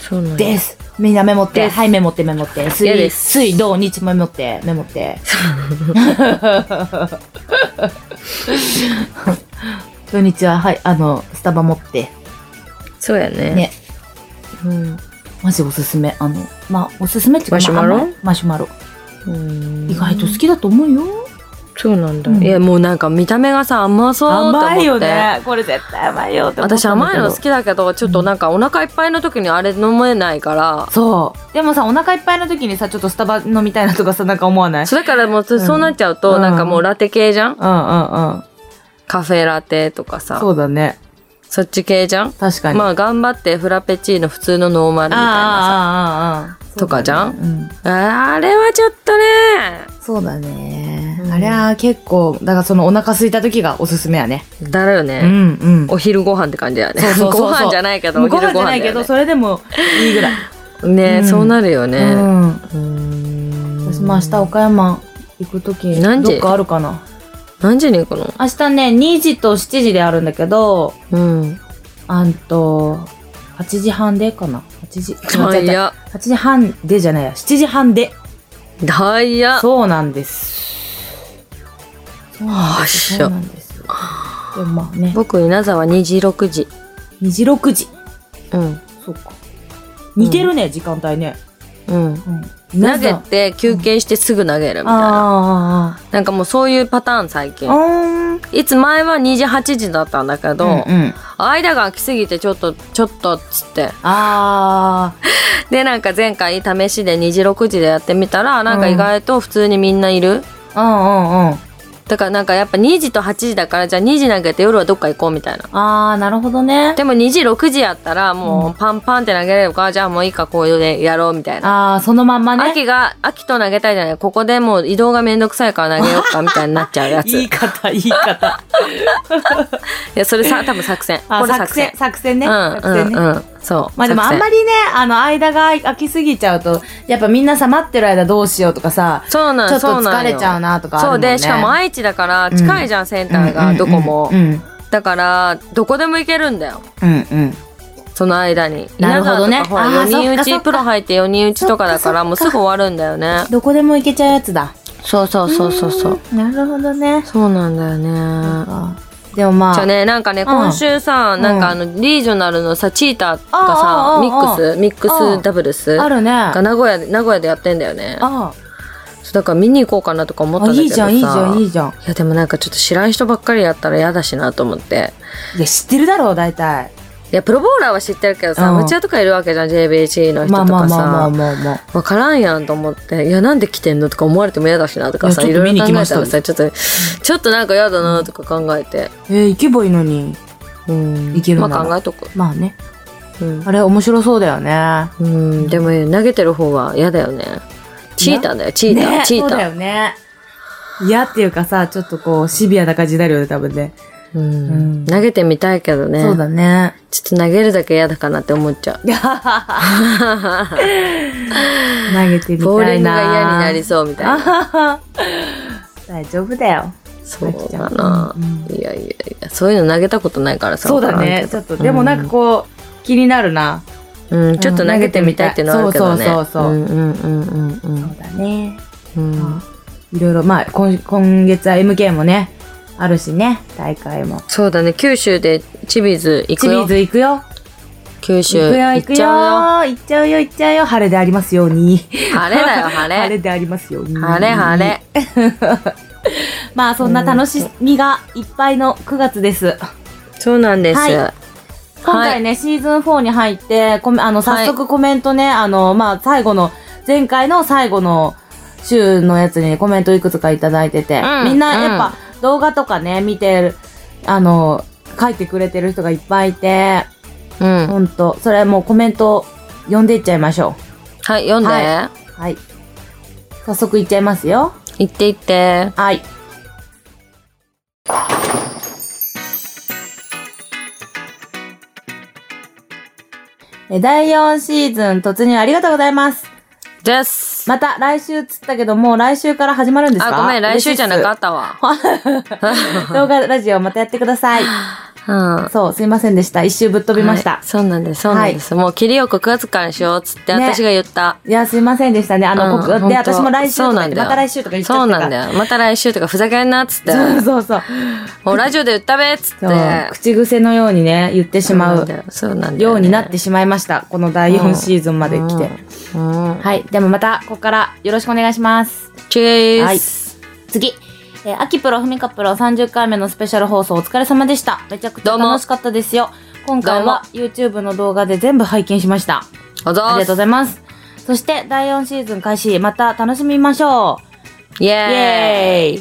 [SPEAKER 2] そうなんや
[SPEAKER 1] です。みんなメモっ
[SPEAKER 2] で
[SPEAKER 1] て。
[SPEAKER 2] す
[SPEAKER 1] はい、メモってメモって。
[SPEAKER 2] 嫌
[SPEAKER 1] 水、
[SPEAKER 2] です
[SPEAKER 1] 水、土、日メモって、メモ って。 土日は、はい、あの、スタバ持って。
[SPEAKER 2] そうやね
[SPEAKER 1] ね。
[SPEAKER 2] うん
[SPEAKER 1] マジおすすめ。あの、まあ、おすすめっていうか、
[SPEAKER 2] マシュマロ
[SPEAKER 1] まあ甘いマシュマロ。
[SPEAKER 2] うん
[SPEAKER 1] 意外と好きだと思うよ。
[SPEAKER 2] そうなんだ、
[SPEAKER 1] うん
[SPEAKER 2] いやもうなんか見た目がさ甘そうと思って
[SPEAKER 1] 甘いよね。これ絶対甘いよって思ったんだけ
[SPEAKER 2] 私
[SPEAKER 1] ど
[SPEAKER 2] 甘いの好。きだけどちょっとなんかお腹いっぱいの時にあれ飲めないから、
[SPEAKER 1] そう。でもさ、お腹いっぱいの時にさ、ちょっとスタバ飲みたいなとかさ、なんか思わない
[SPEAKER 2] それからもうそ
[SPEAKER 1] ん
[SPEAKER 2] そうなっちゃうと、
[SPEAKER 1] うん
[SPEAKER 2] なんかもうラテ系じゃん
[SPEAKER 1] うんうんうん。
[SPEAKER 2] カフェラテとかさ
[SPEAKER 1] そうだね。
[SPEAKER 2] そっち系じゃん
[SPEAKER 1] 確かに。
[SPEAKER 2] まあ頑張ってフラペチーノ普通のノーマルみたいなさ
[SPEAKER 1] ああああああああ
[SPEAKER 2] とかじゃん
[SPEAKER 1] うん。
[SPEAKER 2] ああれはちょっとね
[SPEAKER 1] そうだね
[SPEAKER 2] うん。
[SPEAKER 1] あれは結構、だからそのお腹空いた時がおすすめやね。
[SPEAKER 2] だよ
[SPEAKER 1] う
[SPEAKER 2] ね、
[SPEAKER 1] んうん。
[SPEAKER 2] お昼ご飯って感じだよね
[SPEAKER 1] そうそうそうそう
[SPEAKER 2] ご飯じゃないけど
[SPEAKER 1] も
[SPEAKER 2] お
[SPEAKER 1] うご飯
[SPEAKER 2] 昼
[SPEAKER 1] じ
[SPEAKER 2] ご
[SPEAKER 1] ゃ
[SPEAKER 2] 飯
[SPEAKER 1] な
[SPEAKER 2] だ
[SPEAKER 1] いけ
[SPEAKER 2] よ
[SPEAKER 1] ど、
[SPEAKER 2] ね
[SPEAKER 1] それでもいいぐらい。
[SPEAKER 2] ね、
[SPEAKER 1] うん
[SPEAKER 2] そうなるよ
[SPEAKER 1] う
[SPEAKER 2] ね、
[SPEAKER 1] ん。
[SPEAKER 2] うん
[SPEAKER 1] 私も明日岡山行くとき、
[SPEAKER 2] 何時
[SPEAKER 1] どっかあるかな。
[SPEAKER 2] 何時に行くの
[SPEAKER 1] 明日ね、2時と7時であるんだけど、
[SPEAKER 2] うん
[SPEAKER 1] あんと、8時半でかな。8時。
[SPEAKER 2] ダイヤ
[SPEAKER 1] 8時半でじゃないや、7時半で。
[SPEAKER 2] ダイヤ
[SPEAKER 1] そうなんです。そうなんです。そ
[SPEAKER 2] あっしょ
[SPEAKER 1] うなんです。でもまあね、
[SPEAKER 2] 僕稲沢2時6時
[SPEAKER 1] 2時6時。
[SPEAKER 2] うん
[SPEAKER 1] そうか。似てるね、時間帯ね。
[SPEAKER 2] う
[SPEAKER 1] う
[SPEAKER 2] ん
[SPEAKER 1] ん。
[SPEAKER 2] 投げて休憩してすぐ投げるみたいな、
[SPEAKER 1] あ
[SPEAKER 2] なんかもうそういうパターン
[SPEAKER 1] ー
[SPEAKER 2] 最
[SPEAKER 1] あー、
[SPEAKER 2] 近
[SPEAKER 1] あー
[SPEAKER 2] いつ前は2時8時だったんだけど、
[SPEAKER 1] うんうん。
[SPEAKER 2] 間が空きすぎてちょっとちょっとっつって
[SPEAKER 1] あー
[SPEAKER 2] でなんか前回試しで2時6時でやってみたらなんか意外と普通にみんないる、
[SPEAKER 1] うんうんうん。
[SPEAKER 2] だからなんかやっぱ2時と8時だからじゃあ2時投げて夜はどっか行こうみたいな
[SPEAKER 1] ああ、なるほどね。
[SPEAKER 2] でも2時6時やったらもうパンパンって投げれるから、じゃあもういいかこういうでやろうみたいな
[SPEAKER 1] ああ、そのまんまね。
[SPEAKER 2] 秋が、秋と投げたいじゃない。ここでもう移動がめんどくさいから投げようかみたいになっちゃうやつ。
[SPEAKER 1] 言い
[SPEAKER 2] い
[SPEAKER 1] 方、言い方。
[SPEAKER 2] や、それさ、多分作戦。
[SPEAKER 1] あ
[SPEAKER 2] これ
[SPEAKER 1] 作戦、作戦ね。
[SPEAKER 2] うん、
[SPEAKER 1] 作戦ね。
[SPEAKER 2] うん、うん。そう。
[SPEAKER 1] まあでもあんま
[SPEAKER 2] り。
[SPEAKER 1] りね、あの、間が空きすぎちゃうと、やっぱみんなさ、待ってる間どうしようとかさ、
[SPEAKER 2] そうなん
[SPEAKER 1] ちょっと
[SPEAKER 2] そうな
[SPEAKER 1] 疲
[SPEAKER 2] んよ
[SPEAKER 1] れちゃうなとかある
[SPEAKER 2] そ
[SPEAKER 1] も
[SPEAKER 2] うん
[SPEAKER 1] ね。
[SPEAKER 2] で、しかも愛知だから近いじゃん、センターが、どこも
[SPEAKER 1] う。ん、
[SPEAKER 2] だから、どこでも行けるんだよ。
[SPEAKER 1] うん、うん。
[SPEAKER 2] その間に。
[SPEAKER 1] なるほどね
[SPEAKER 2] 稲沢とかほら
[SPEAKER 1] あー
[SPEAKER 2] 4
[SPEAKER 1] そっ
[SPEAKER 2] 人打
[SPEAKER 1] かそ
[SPEAKER 2] ち、
[SPEAKER 1] っか
[SPEAKER 2] プロ入って4人打ちとかだ
[SPEAKER 1] そ
[SPEAKER 2] か、
[SPEAKER 1] っから
[SPEAKER 2] もうすぐ終わるんだよね。
[SPEAKER 1] どこでも行けちゃうやつだ。
[SPEAKER 2] そうそうそうそうそう。
[SPEAKER 1] ん。なるほどね。
[SPEAKER 2] そうなんだよね。
[SPEAKER 1] あでもまあ。
[SPEAKER 2] じゃあね、なんかね、
[SPEAKER 1] ん
[SPEAKER 2] 今週さ、なんかあの、リージョナルのさ、チーターがさ、
[SPEAKER 1] あーあー
[SPEAKER 2] ミック
[SPEAKER 1] あ
[SPEAKER 2] ス、ミック
[SPEAKER 1] あ
[SPEAKER 2] ス
[SPEAKER 1] ー
[SPEAKER 2] ダブルス
[SPEAKER 1] あ
[SPEAKER 2] が
[SPEAKER 1] るね。あ
[SPEAKER 2] 名古屋で、名古屋でやってんだよね。
[SPEAKER 1] あ
[SPEAKER 2] そうだから見に行こうかなとか思ったん
[SPEAKER 1] あ、
[SPEAKER 2] だけどさ。
[SPEAKER 1] いいじゃん、いいじゃん、いいじゃん。
[SPEAKER 2] いや、でもなんかちょっと知らん人ばっかりやったら嫌だしなと思って。
[SPEAKER 1] いや、知ってるだろう、大体。
[SPEAKER 2] いやプロボーラーは知ってるけどさ、
[SPEAKER 1] うん
[SPEAKER 2] ムチアとかいるわけじゃん JBC の人
[SPEAKER 1] まあ
[SPEAKER 2] と
[SPEAKER 1] まあ
[SPEAKER 2] か
[SPEAKER 1] まあまあ
[SPEAKER 2] さ
[SPEAKER 1] まあまあ。
[SPEAKER 2] わからんやんと思って「いやなんで来てんの?」とか思われても嫌だしなとかさ
[SPEAKER 1] いや
[SPEAKER 2] い
[SPEAKER 1] ちょっ
[SPEAKER 2] ろ
[SPEAKER 1] と見
[SPEAKER 2] い
[SPEAKER 1] に
[SPEAKER 2] ろ
[SPEAKER 1] 来
[SPEAKER 2] 考
[SPEAKER 1] ま
[SPEAKER 2] え
[SPEAKER 1] したた
[SPEAKER 2] らさちょっとちょっとなんか嫌だなとか考えて、
[SPEAKER 1] えー、行けばいいのに。
[SPEAKER 2] うん
[SPEAKER 1] いける
[SPEAKER 2] ま
[SPEAKER 1] なら
[SPEAKER 2] あ考えとく、
[SPEAKER 1] まあね。
[SPEAKER 2] うん
[SPEAKER 1] あれ面白そうだよね。
[SPEAKER 2] うん、でも投げてる方は嫌だよねチーターだよチーター、
[SPEAKER 1] ね
[SPEAKER 2] チー
[SPEAKER 1] そう
[SPEAKER 2] タ
[SPEAKER 1] だ
[SPEAKER 2] ー
[SPEAKER 1] よね。嫌っていうかさ、ちょっとこう、シビアな感じになるよね、多分ね。
[SPEAKER 2] うん
[SPEAKER 1] うん
[SPEAKER 2] 投げてみたいけどね
[SPEAKER 1] そうだね。
[SPEAKER 2] ちょっと投げるだけ嫌だかなって思っちゃう
[SPEAKER 1] 投げてみたいな。
[SPEAKER 2] ボーリングが嫌になりそうみたいな
[SPEAKER 1] な。 大丈夫だよ。
[SPEAKER 2] そう
[SPEAKER 1] 飽きちゃ
[SPEAKER 2] か
[SPEAKER 1] う
[SPEAKER 2] な、
[SPEAKER 1] うん
[SPEAKER 2] いやいやいやそういうの投げたことないからさ
[SPEAKER 1] そうだね
[SPEAKER 2] わ。
[SPEAKER 1] ち
[SPEAKER 2] か
[SPEAKER 1] ょ
[SPEAKER 2] ら
[SPEAKER 1] っ
[SPEAKER 2] けど
[SPEAKER 1] と、でもなんかこう、気になるな。
[SPEAKER 2] うん、うんちょっと投げてみたいっていうのはあるけどね
[SPEAKER 1] そうそうそうそうん
[SPEAKER 2] うんうんうんうん
[SPEAKER 1] だね。
[SPEAKER 2] うん
[SPEAKER 1] いろいろ、まあ、今今月は MK もね、あるしね、大会も。
[SPEAKER 2] そうだね九州でチビズ行
[SPEAKER 1] チ
[SPEAKER 2] く
[SPEAKER 1] ビ
[SPEAKER 2] よ
[SPEAKER 1] ーズ行くよ。
[SPEAKER 2] 九
[SPEAKER 1] 行く
[SPEAKER 2] 州
[SPEAKER 1] よ、
[SPEAKER 2] 行っ
[SPEAKER 1] 行くよ。
[SPEAKER 2] ちゃうよ
[SPEAKER 1] 行っちゃうよ、行っちゃうよ。晴れでありますように。
[SPEAKER 2] 晴れだよ晴 れ
[SPEAKER 1] 晴れでありますように。
[SPEAKER 2] 晴れ晴れ
[SPEAKER 1] まあ、そんな楽しみがいっぱいの9月です。
[SPEAKER 2] そうなんです、
[SPEAKER 1] はい今回ね、シーズン4に入って、コメあの、
[SPEAKER 2] はい
[SPEAKER 1] 早速コメントね、あの、まあ、最後の、前回の最後の週のやつにコメントいくつかいただいてて、
[SPEAKER 2] うん
[SPEAKER 1] みんなやっぱ、動画とかね、見てる、あの、書いてくれてる人がいっぱいいて、
[SPEAKER 2] うん
[SPEAKER 1] ほんと、それもうコメント読んでいっちゃいましょ
[SPEAKER 2] はい読んで、
[SPEAKER 1] はう。はい。早速いっちゃいますよ。
[SPEAKER 2] 行って行って
[SPEAKER 1] はい。え第4シーズン突入ありがとうございます。
[SPEAKER 2] です、
[SPEAKER 1] また来週っつったけど、もう来週から始まるんですか
[SPEAKER 2] あごめん来週じゃなか
[SPEAKER 1] っ
[SPEAKER 2] ったわ、
[SPEAKER 1] た。動画ラジオまたやってください。
[SPEAKER 2] うん
[SPEAKER 1] そう、すいませんでした。一周ぶっ飛びました。
[SPEAKER 2] はいそうなんです、そうなんです。もう切りよく9月からしようっつって、
[SPEAKER 1] ね
[SPEAKER 2] 私が言った。
[SPEAKER 1] い、や、すいませんでしたね。あの、
[SPEAKER 2] うん
[SPEAKER 1] ここ
[SPEAKER 2] 本
[SPEAKER 1] で、
[SPEAKER 2] 当
[SPEAKER 1] 私も来週
[SPEAKER 2] そ
[SPEAKER 1] と
[SPEAKER 2] う
[SPEAKER 1] か
[SPEAKER 2] なん
[SPEAKER 1] 言って、
[SPEAKER 2] だよ
[SPEAKER 1] また来週とか言っちゃ
[SPEAKER 2] そ
[SPEAKER 1] っ
[SPEAKER 2] う
[SPEAKER 1] てたか
[SPEAKER 2] なん
[SPEAKER 1] ら。
[SPEAKER 2] だよ。また来週とかふざけんなっつって、
[SPEAKER 1] そうそうそう。
[SPEAKER 2] もうラジオで言ったべっつっ
[SPEAKER 1] そ
[SPEAKER 2] て。
[SPEAKER 1] う口癖のようにね、言ってしまう。
[SPEAKER 2] そうなんだよ。そうなんだ
[SPEAKER 1] よ
[SPEAKER 2] よ
[SPEAKER 1] うになって
[SPEAKER 2] し
[SPEAKER 1] しまいました。この第4シーズンまで来て。。
[SPEAKER 2] うん。うん
[SPEAKER 1] はい。でもまた、ここからよろしくお願いします。
[SPEAKER 2] チェー
[SPEAKER 1] はい
[SPEAKER 2] ス、
[SPEAKER 1] 次。えー、秋プロ、ふみかプロ30回目のスペシャル放送お疲れ様でした。めちゃくち
[SPEAKER 2] ど
[SPEAKER 1] ゃ
[SPEAKER 2] うも
[SPEAKER 1] 楽しかったですよ。今回は YouTube の動画で全部拝見しました。
[SPEAKER 2] おぞ
[SPEAKER 1] ありがとうござ
[SPEAKER 2] い
[SPEAKER 1] います。そして、第4シーズン開始、また楽しみましょう。
[SPEAKER 2] ます。イ
[SPEAKER 1] イ
[SPEAKER 2] エ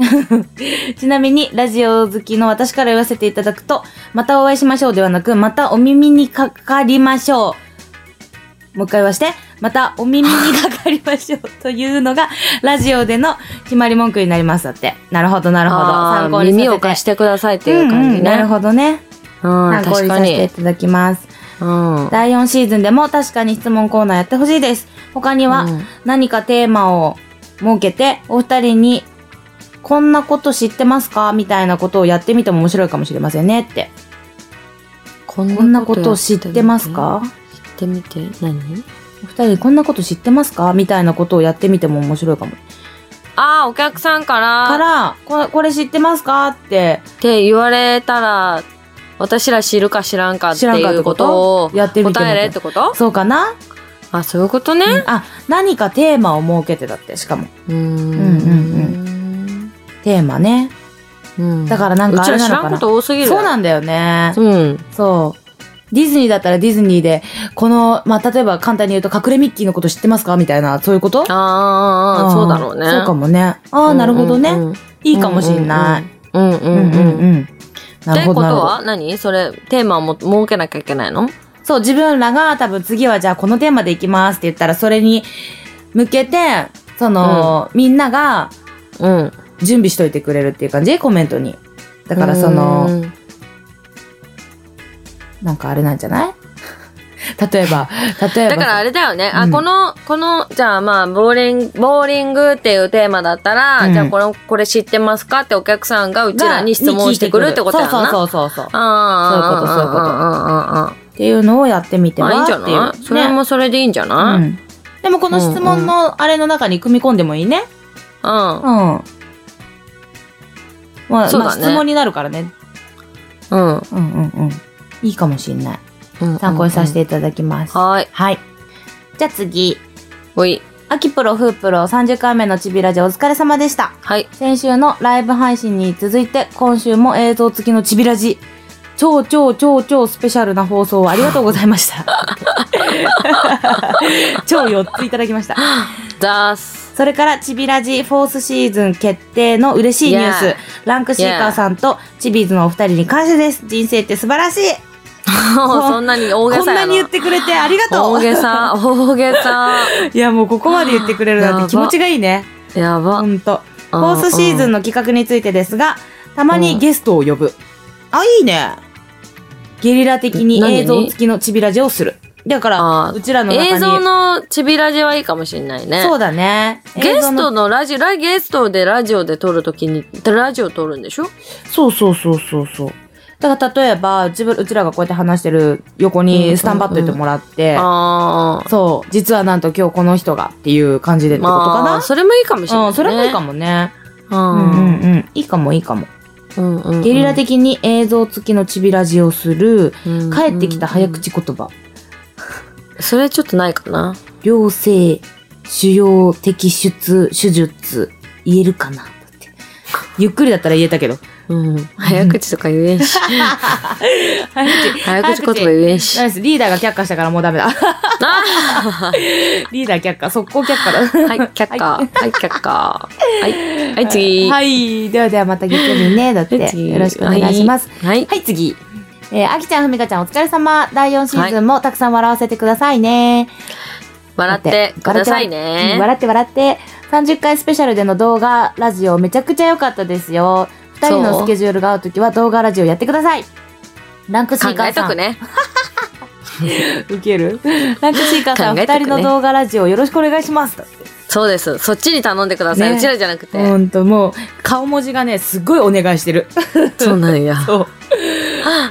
[SPEAKER 2] ー
[SPEAKER 1] エ
[SPEAKER 2] イ
[SPEAKER 1] ーイ ちなみに、ラジオ好きの私から言わせていただくと、またお会いしましょうではなく、またお耳にかかりましょう。もう一回言わして、またお耳にかかりましょうというのが、ラジオでの決まり文句になりますだって。なるほど、なるほど。
[SPEAKER 2] あー
[SPEAKER 1] 参考にさせて。
[SPEAKER 2] 耳を貸してくださいっていう
[SPEAKER 1] うん
[SPEAKER 2] 感
[SPEAKER 1] う
[SPEAKER 2] じ
[SPEAKER 1] んな
[SPEAKER 2] ね。
[SPEAKER 1] るほどね。
[SPEAKER 2] うん、
[SPEAKER 1] 参考
[SPEAKER 2] 確
[SPEAKER 1] に
[SPEAKER 2] か
[SPEAKER 1] させて
[SPEAKER 2] に
[SPEAKER 1] い。ただきます。
[SPEAKER 2] うん。
[SPEAKER 1] 第4シーズンでも確かに質問コーナーやってほしいです。他には
[SPEAKER 2] うん
[SPEAKER 1] 何かテーマを設けて、お二人にこんなこと知ってますかみたいなことをやってみても面白いかもしれませんねって。
[SPEAKER 2] こ
[SPEAKER 1] こんなこと知ってますか
[SPEAKER 2] 知ってみて。何
[SPEAKER 1] お二人こんなこと知ってますかみたいなことをやってみても面白いかも。
[SPEAKER 2] ああ、お客さんから。
[SPEAKER 1] から、ここれ知ってますかって
[SPEAKER 2] って言われたら私ら知るか知らんかって
[SPEAKER 1] 知らんかっ
[SPEAKER 2] い
[SPEAKER 1] て
[SPEAKER 2] うこ
[SPEAKER 1] こと
[SPEAKER 2] とを
[SPEAKER 1] やってみても
[SPEAKER 2] 答えれってこと
[SPEAKER 1] そうかな、
[SPEAKER 2] あそういうことね
[SPEAKER 1] あ、何かテーマを設けてだって、しかも。
[SPEAKER 2] うーん
[SPEAKER 1] テーマね。
[SPEAKER 2] うん
[SPEAKER 1] だからなんかあれなのかな
[SPEAKER 2] うちら知らんこと多すぎる
[SPEAKER 1] そうなんだよね。
[SPEAKER 2] うん
[SPEAKER 1] そう。ディズニーだったらディズニーで、この、まあ、例えば簡単に言うと、隠れミッキーのこと知ってますかみたいな、そういうこと
[SPEAKER 2] ああああそうだろうね
[SPEAKER 1] そうかもね。ああ、なるほどね、
[SPEAKER 2] うんうんうん
[SPEAKER 1] いいかもしんない。
[SPEAKER 2] うんう
[SPEAKER 1] う
[SPEAKER 2] んう
[SPEAKER 1] んう
[SPEAKER 2] んう
[SPEAKER 1] ん
[SPEAKER 2] んうんっ
[SPEAKER 1] うん。なる
[SPEAKER 2] て
[SPEAKER 1] ほ
[SPEAKER 2] こ
[SPEAKER 1] どな
[SPEAKER 2] と
[SPEAKER 1] るほ
[SPEAKER 2] は
[SPEAKER 1] ど。
[SPEAKER 2] 何それテーマをも設けなきゃいけないの
[SPEAKER 1] そう、自分らが多分次はじゃあこのテーマでいきますって言ったら、それに向けて、その、みんなが
[SPEAKER 2] うん
[SPEAKER 1] 準備しといてくれるっていう感じコメントに。だからその、
[SPEAKER 2] うん
[SPEAKER 1] なんかあれなんじゃない 例えば、例えば。
[SPEAKER 2] だからあれだよね、
[SPEAKER 1] う
[SPEAKER 2] あ
[SPEAKER 1] ん
[SPEAKER 2] このこのじゃあまあボーリングボーリングっていうテーマだったら、
[SPEAKER 1] うん
[SPEAKER 2] じゃあこのこれ知ってますかってお客さんがうちらに質問してくるってことやな
[SPEAKER 1] そう
[SPEAKER 2] う
[SPEAKER 1] そうそうそうそう。
[SPEAKER 2] ああ
[SPEAKER 1] そういうことそういうこと
[SPEAKER 2] ああああああ
[SPEAKER 1] っていうのをやってみて
[SPEAKER 2] ま
[SPEAKER 1] は
[SPEAKER 2] あいいんじゃ
[SPEAKER 1] っていう。
[SPEAKER 2] ないそれ
[SPEAKER 1] ね
[SPEAKER 2] もそれでいいんじゃ
[SPEAKER 1] う
[SPEAKER 2] ない
[SPEAKER 1] んでもこの質問のあれの中に組み込んでもいいね。
[SPEAKER 2] うん、
[SPEAKER 1] うん。
[SPEAKER 2] う
[SPEAKER 1] まあ、
[SPEAKER 2] そう
[SPEAKER 1] まあ
[SPEAKER 2] だね
[SPEAKER 1] 質問になるからね。
[SPEAKER 2] んうん、
[SPEAKER 1] うんうんうん。いいかもしんない。
[SPEAKER 2] うん
[SPEAKER 1] 参考にさせていただきます。
[SPEAKER 2] はーい
[SPEAKER 1] はい。じゃあ次。
[SPEAKER 2] おい
[SPEAKER 1] 秋プロ、フープロ30回目のチビラジオお疲れ様でした。
[SPEAKER 2] はい
[SPEAKER 1] 先週のライブ配信に続いて、今週も映像付きのチビラジ。超超超超スペシャルな放送をありがとうございま した。超4ついただきました。
[SPEAKER 2] ザ ース。
[SPEAKER 1] それから、チビラジフォースシーズン決定の嬉しいニュース。
[SPEAKER 2] Yeah.
[SPEAKER 1] ランクシーカーさんとチビーズのお二人に感謝です。人生って素晴らしい。
[SPEAKER 2] もうそんなに大げ
[SPEAKER 1] こん
[SPEAKER 2] さ
[SPEAKER 1] な
[SPEAKER 2] やな
[SPEAKER 1] に言ってくれてありがとう。
[SPEAKER 2] 大げさ、大げさ。
[SPEAKER 1] いや、もうここまで言ってくれるなんて気持ちがいいね。
[SPEAKER 2] やば
[SPEAKER 1] ほ。んと。フ
[SPEAKER 2] うん
[SPEAKER 1] ォースシーズンの企画についてですが、たまにゲストを呼ぶ。
[SPEAKER 3] あ、いいね。
[SPEAKER 1] ゲリラ的に
[SPEAKER 2] 何
[SPEAKER 1] 映像付きのチビラジをする。だか
[SPEAKER 2] あ
[SPEAKER 1] ら、
[SPEAKER 2] ー
[SPEAKER 1] うちらの中に。
[SPEAKER 2] 映像のチビラジはいいかもしれないね。
[SPEAKER 1] そうだね。
[SPEAKER 2] ゲ
[SPEAKER 1] 映像
[SPEAKER 2] ス
[SPEAKER 1] の
[SPEAKER 2] トのラジオ、ラゲストでラジオで撮るときに、ラジオ撮るんでしょ
[SPEAKER 1] そうそうそうそうそう。だから例えば、自分、うちらがこうやって話してる横
[SPEAKER 2] うんうんう
[SPEAKER 1] に
[SPEAKER 2] ん
[SPEAKER 1] スタンバっといてもらって、
[SPEAKER 2] ああ。
[SPEAKER 1] そう、実はなんと今日この人がっていう感じでってことか
[SPEAKER 2] ま
[SPEAKER 1] な。
[SPEAKER 2] あ、それもいいかもしれない、ね。
[SPEAKER 1] うん、それもいいかもね。う
[SPEAKER 2] うん
[SPEAKER 1] んうんうん。いいかもいいかも。
[SPEAKER 2] うんうんうん
[SPEAKER 1] ゲリラ的に映像付きのチビラジをする、帰ってきた早。
[SPEAKER 2] うんうん
[SPEAKER 1] 口言葉、
[SPEAKER 2] うんそれちょっとないかな。
[SPEAKER 1] 良性、腫瘍摘出、手術、言えるかなだ って。ゆっくりだったら言えたけど。
[SPEAKER 2] うん。早口とか言えん し。
[SPEAKER 1] 早口。
[SPEAKER 2] 早口言葉言えんし
[SPEAKER 1] ナ。イス。リーダーが却下したからもうダメだ。
[SPEAKER 2] あ
[SPEAKER 1] リーダー却下。速攻却下だ。
[SPEAKER 2] はい、却下。はい、却下。はい、はい、次。
[SPEAKER 1] はい。ではではまた月曜日ね。だって。
[SPEAKER 2] 次
[SPEAKER 1] よろしくお願いします。
[SPEAKER 2] はい。はい
[SPEAKER 1] はい、次。えー、あきちゃん、ふみかちゃん、お疲れ様。第4シーズンもたくさん笑わせてくださいね。
[SPEAKER 2] 笑ってくださいね。
[SPEAKER 1] 笑って笑って。30回スペシャルでの動画、ラジオ、めちゃくちゃ良かったですよ。2人のスケジュールが合うときは動画、ラジオやってください。ランクシーカ
[SPEAKER 2] 考
[SPEAKER 1] ー
[SPEAKER 2] え
[SPEAKER 1] さ
[SPEAKER 2] と
[SPEAKER 1] ん。
[SPEAKER 2] くね。
[SPEAKER 1] ウケ るランクシーカーさん、
[SPEAKER 2] 考え
[SPEAKER 1] 2
[SPEAKER 2] とくね
[SPEAKER 1] 人の動画、ラジオ、よろしくお願いします。だって
[SPEAKER 2] そうです。そっちに頼んでください。
[SPEAKER 1] ね
[SPEAKER 2] うちらじゃなくて。
[SPEAKER 1] ほんと、もう、顔文字がね、すごいお願いして る。
[SPEAKER 2] そうなん や。
[SPEAKER 1] そう。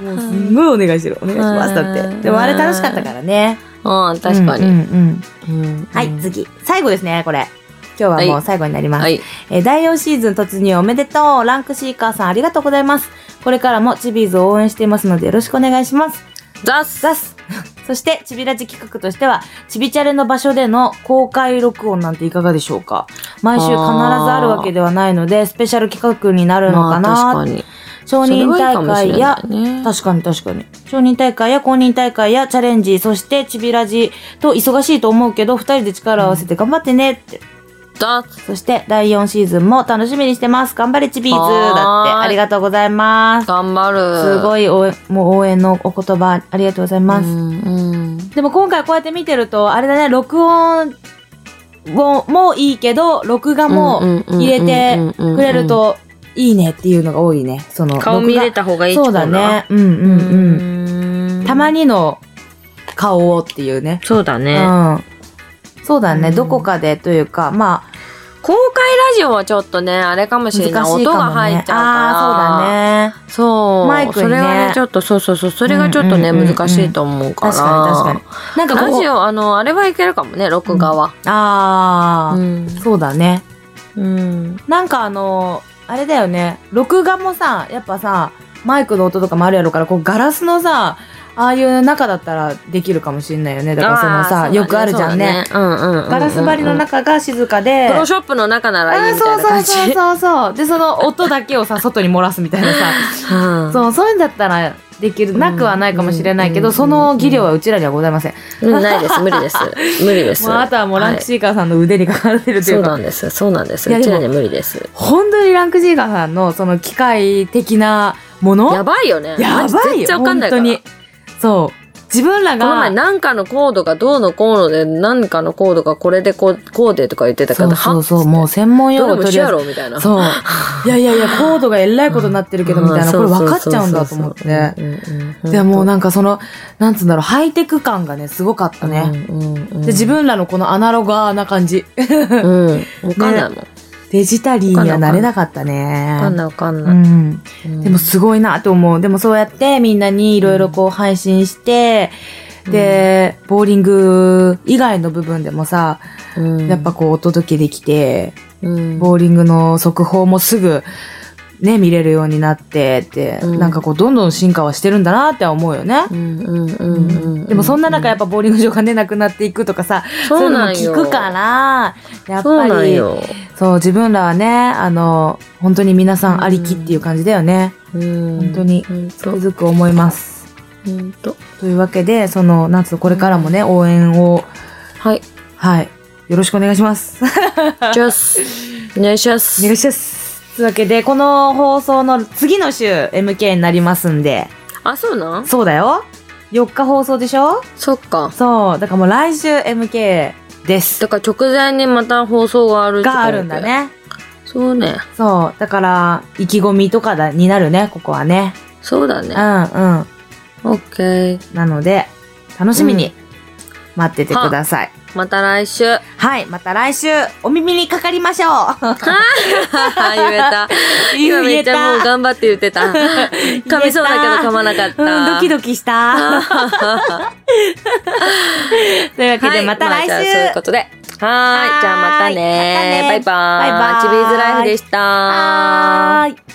[SPEAKER 1] もうすんごいお願いしてる。お願いします。だ
[SPEAKER 2] は
[SPEAKER 1] って。
[SPEAKER 2] い
[SPEAKER 1] でもあれ楽しかったからね。
[SPEAKER 2] うん、確か
[SPEAKER 1] う
[SPEAKER 2] に。
[SPEAKER 1] んうんうん
[SPEAKER 2] うん
[SPEAKER 1] はい、次。最後ですね、これ。今日はもう最後になります。
[SPEAKER 2] はい。
[SPEAKER 1] えー第4シーズン突入おめでとうランクシーカーさんありがとうございます。これからもチビーズを応援していますのでよろしくお願いします。
[SPEAKER 2] ザス
[SPEAKER 1] ザス そして、チビラジ企画としては、チビチャレの場所での公開録音なんていかがでしょうか毎週必ずあるわけではないので、スペシャル企画になるのかな、
[SPEAKER 2] まあ、確かに。
[SPEAKER 1] 承認大会や、
[SPEAKER 2] それはいいかもし
[SPEAKER 1] 確かに確かに。承認大会や公認大会やチャレンジ、そしてチビラジと忙しいと思うけど、二人で力を合わせて頑張ってねって。
[SPEAKER 2] れないね。ザス
[SPEAKER 1] そして第4シーズンも楽しみにしてます。頑張れチビーズだって。
[SPEAKER 2] はーい
[SPEAKER 1] ありがとうございます。
[SPEAKER 2] 頑張る。
[SPEAKER 1] す
[SPEAKER 2] い。
[SPEAKER 1] ごい応援、もう応援のお言葉ありがとうございうます。
[SPEAKER 2] ん、うん。
[SPEAKER 1] でも今回こうやって見てると、あれだね、録音ももいいけど、録画も入れてくれるといいねっていうのが多いね。その、
[SPEAKER 2] 顔見れた方がいい
[SPEAKER 1] そうだね。。うんう
[SPEAKER 2] う
[SPEAKER 1] う
[SPEAKER 2] ん
[SPEAKER 1] ん。
[SPEAKER 2] んうん。
[SPEAKER 1] たま
[SPEAKER 2] に。
[SPEAKER 1] にの顔をっていうね。
[SPEAKER 2] そうだ
[SPEAKER 1] う
[SPEAKER 2] ね。
[SPEAKER 1] ん。そうだね、
[SPEAKER 2] うん
[SPEAKER 1] どこかでというか、まあ、
[SPEAKER 2] 公開ラジオはちょっとね、あれかもし
[SPEAKER 1] 難し
[SPEAKER 2] れ
[SPEAKER 1] い
[SPEAKER 2] な
[SPEAKER 1] か
[SPEAKER 2] い。
[SPEAKER 1] もね。
[SPEAKER 2] 音が入っちゃうから。ね。
[SPEAKER 1] ああ、そうだね。
[SPEAKER 2] そう。
[SPEAKER 1] マイクにね
[SPEAKER 2] それがね、ちょっと、そうそうそう。それがちょっとね、
[SPEAKER 1] うんうんうんうん
[SPEAKER 2] 難しいと思うから。
[SPEAKER 1] 確かに確かに。なんか
[SPEAKER 2] ラ
[SPEAKER 1] こ
[SPEAKER 2] ジ
[SPEAKER 1] う、
[SPEAKER 2] オ、あの、あれはいけるかもね、録画は。
[SPEAKER 1] ああ、
[SPEAKER 2] ん。
[SPEAKER 1] そうだね。
[SPEAKER 2] うん。
[SPEAKER 1] なんかあの、あれだよね、録画もさ、やっぱさ、マイクの音とかもあるやろから、こうガラスのさ、ああいう中だったらできるかもしれないよね。だからそのさ、
[SPEAKER 2] あー
[SPEAKER 1] よくあるじゃんね。。
[SPEAKER 2] そうだうんうんうんうん。
[SPEAKER 1] ガラス張りの中が静かで、
[SPEAKER 2] プロショップの中ならいいみたい
[SPEAKER 1] あ
[SPEAKER 2] な感
[SPEAKER 1] ー
[SPEAKER 2] じ。
[SPEAKER 1] そうそうそうそうそうでその音だけをさ外に漏らすみたいなさ
[SPEAKER 2] うん
[SPEAKER 1] そうそういうんだったらできるなくはないかもしれないけど、
[SPEAKER 2] うん
[SPEAKER 1] その技量はうちらにはございません、
[SPEAKER 2] うんないです、無理 です。無理です。
[SPEAKER 1] もうあとはもうランク
[SPEAKER 2] はい
[SPEAKER 1] シーカーさんの腕にかかれてるとい
[SPEAKER 2] そうう
[SPEAKER 1] か、
[SPEAKER 2] なんです、そうなんです。
[SPEAKER 1] いや
[SPEAKER 2] う
[SPEAKER 1] で
[SPEAKER 2] ち
[SPEAKER 1] も
[SPEAKER 2] らには無理です。
[SPEAKER 1] 本当にランクシーカーさんのその機械的なもの
[SPEAKER 2] やばいよね。
[SPEAKER 1] や
[SPEAKER 2] マジ
[SPEAKER 1] ばい
[SPEAKER 2] 全
[SPEAKER 1] よ
[SPEAKER 2] 然わか
[SPEAKER 1] 本
[SPEAKER 2] んない
[SPEAKER 1] 当
[SPEAKER 2] から。
[SPEAKER 1] に
[SPEAKER 2] こ
[SPEAKER 1] そう自分ら
[SPEAKER 2] の前
[SPEAKER 1] が
[SPEAKER 2] なんかのコードがどうのこうので、なんかのコードがこれでこう、こうでとか言ってた
[SPEAKER 1] そ
[SPEAKER 2] から、
[SPEAKER 1] うそうそう
[SPEAKER 2] はっつって
[SPEAKER 1] もう専門用
[SPEAKER 2] どれ
[SPEAKER 1] 語
[SPEAKER 2] も
[SPEAKER 1] 取
[SPEAKER 2] 一
[SPEAKER 1] り
[SPEAKER 2] 緒や
[SPEAKER 1] 扱
[SPEAKER 2] ろみたいな。
[SPEAKER 1] そういやいやいやコードがえらいことになってるけどみたいな、
[SPEAKER 2] うん
[SPEAKER 1] これ分かっちゃうんだと思っ。て
[SPEAKER 2] そうそうそうそううんうん
[SPEAKER 1] でもうなんかそのなんつうんだろうハイテク感がねすごかったね、。
[SPEAKER 2] うんうんうん
[SPEAKER 1] で、自分らのこのアナロガーな感じ。
[SPEAKER 2] うん。わかんないもん。わ
[SPEAKER 1] デジタリーにはなれなかったね。
[SPEAKER 2] かんないわかん
[SPEAKER 1] う
[SPEAKER 2] ない。
[SPEAKER 1] ん。
[SPEAKER 2] うん
[SPEAKER 1] でも、すごいなと思う。でもそうやってみんなにいろいろこう配信して、で、ボーリング以外の部分でもさ、
[SPEAKER 2] うん
[SPEAKER 1] やっぱ、こうお届けできて、
[SPEAKER 2] うん
[SPEAKER 1] ボーリングの速報もすぐね、見れるようになってって、
[SPEAKER 2] うん
[SPEAKER 1] なんかこう、どんどん進化はしてるんだなって思うよね。
[SPEAKER 2] うんうんうんうん。
[SPEAKER 1] でもそんな中やっぱボーリング場がね、なくなっていくとかさ、
[SPEAKER 2] そうなんよ
[SPEAKER 1] そういうのも聞くから、やっ
[SPEAKER 2] そう
[SPEAKER 1] ぱ
[SPEAKER 2] なん
[SPEAKER 1] り、
[SPEAKER 2] よ。
[SPEAKER 1] そう、自分らはね、あの、本当に皆さんありきっていう感じだよね。
[SPEAKER 2] うん
[SPEAKER 1] 本当に
[SPEAKER 2] 本
[SPEAKER 1] つくづく思います。
[SPEAKER 2] 当本当。
[SPEAKER 1] というわけで、その、なんつうのこれからもね、応援を、
[SPEAKER 2] はい。
[SPEAKER 1] はい、よろしくお願いし ます。
[SPEAKER 2] チャス。お願いし
[SPEAKER 1] お
[SPEAKER 2] ま
[SPEAKER 1] 願
[SPEAKER 2] す
[SPEAKER 1] い。します。というわけで、この放送の次の週、MK になりますんで、
[SPEAKER 2] あ、そうなん
[SPEAKER 1] そうだよ。4日放送でしょ
[SPEAKER 2] そっか。
[SPEAKER 1] そう、だからもう来週 MK です。
[SPEAKER 2] だから直前にまた放送があるってこと
[SPEAKER 1] があるんだ。ね。
[SPEAKER 2] そうね。
[SPEAKER 1] そう、だから、意気込みとかだになるね、ここはね。
[SPEAKER 2] そうだ
[SPEAKER 1] うんう
[SPEAKER 2] ね。
[SPEAKER 1] ん。
[SPEAKER 2] オッケー。
[SPEAKER 1] なので、楽しみに待っててください。
[SPEAKER 2] また来 週。は
[SPEAKER 1] はい、また来週、お耳にかかりましょう
[SPEAKER 2] あ言えた。 今めっちゃもう頑張って言ってた。噛みそうだけど噛まなかっ
[SPEAKER 1] うん、
[SPEAKER 2] た。
[SPEAKER 1] ドキドキ した。というわけ
[SPEAKER 2] は
[SPEAKER 1] で、
[SPEAKER 2] い、
[SPEAKER 1] また来週、
[SPEAKER 2] まあじゃあそういうことで。はーい。じゃあまたね
[SPEAKER 1] はーいまたね
[SPEAKER 2] バイバーイ。
[SPEAKER 1] バイバーイ
[SPEAKER 2] チビーズライフでした。
[SPEAKER 1] はーい。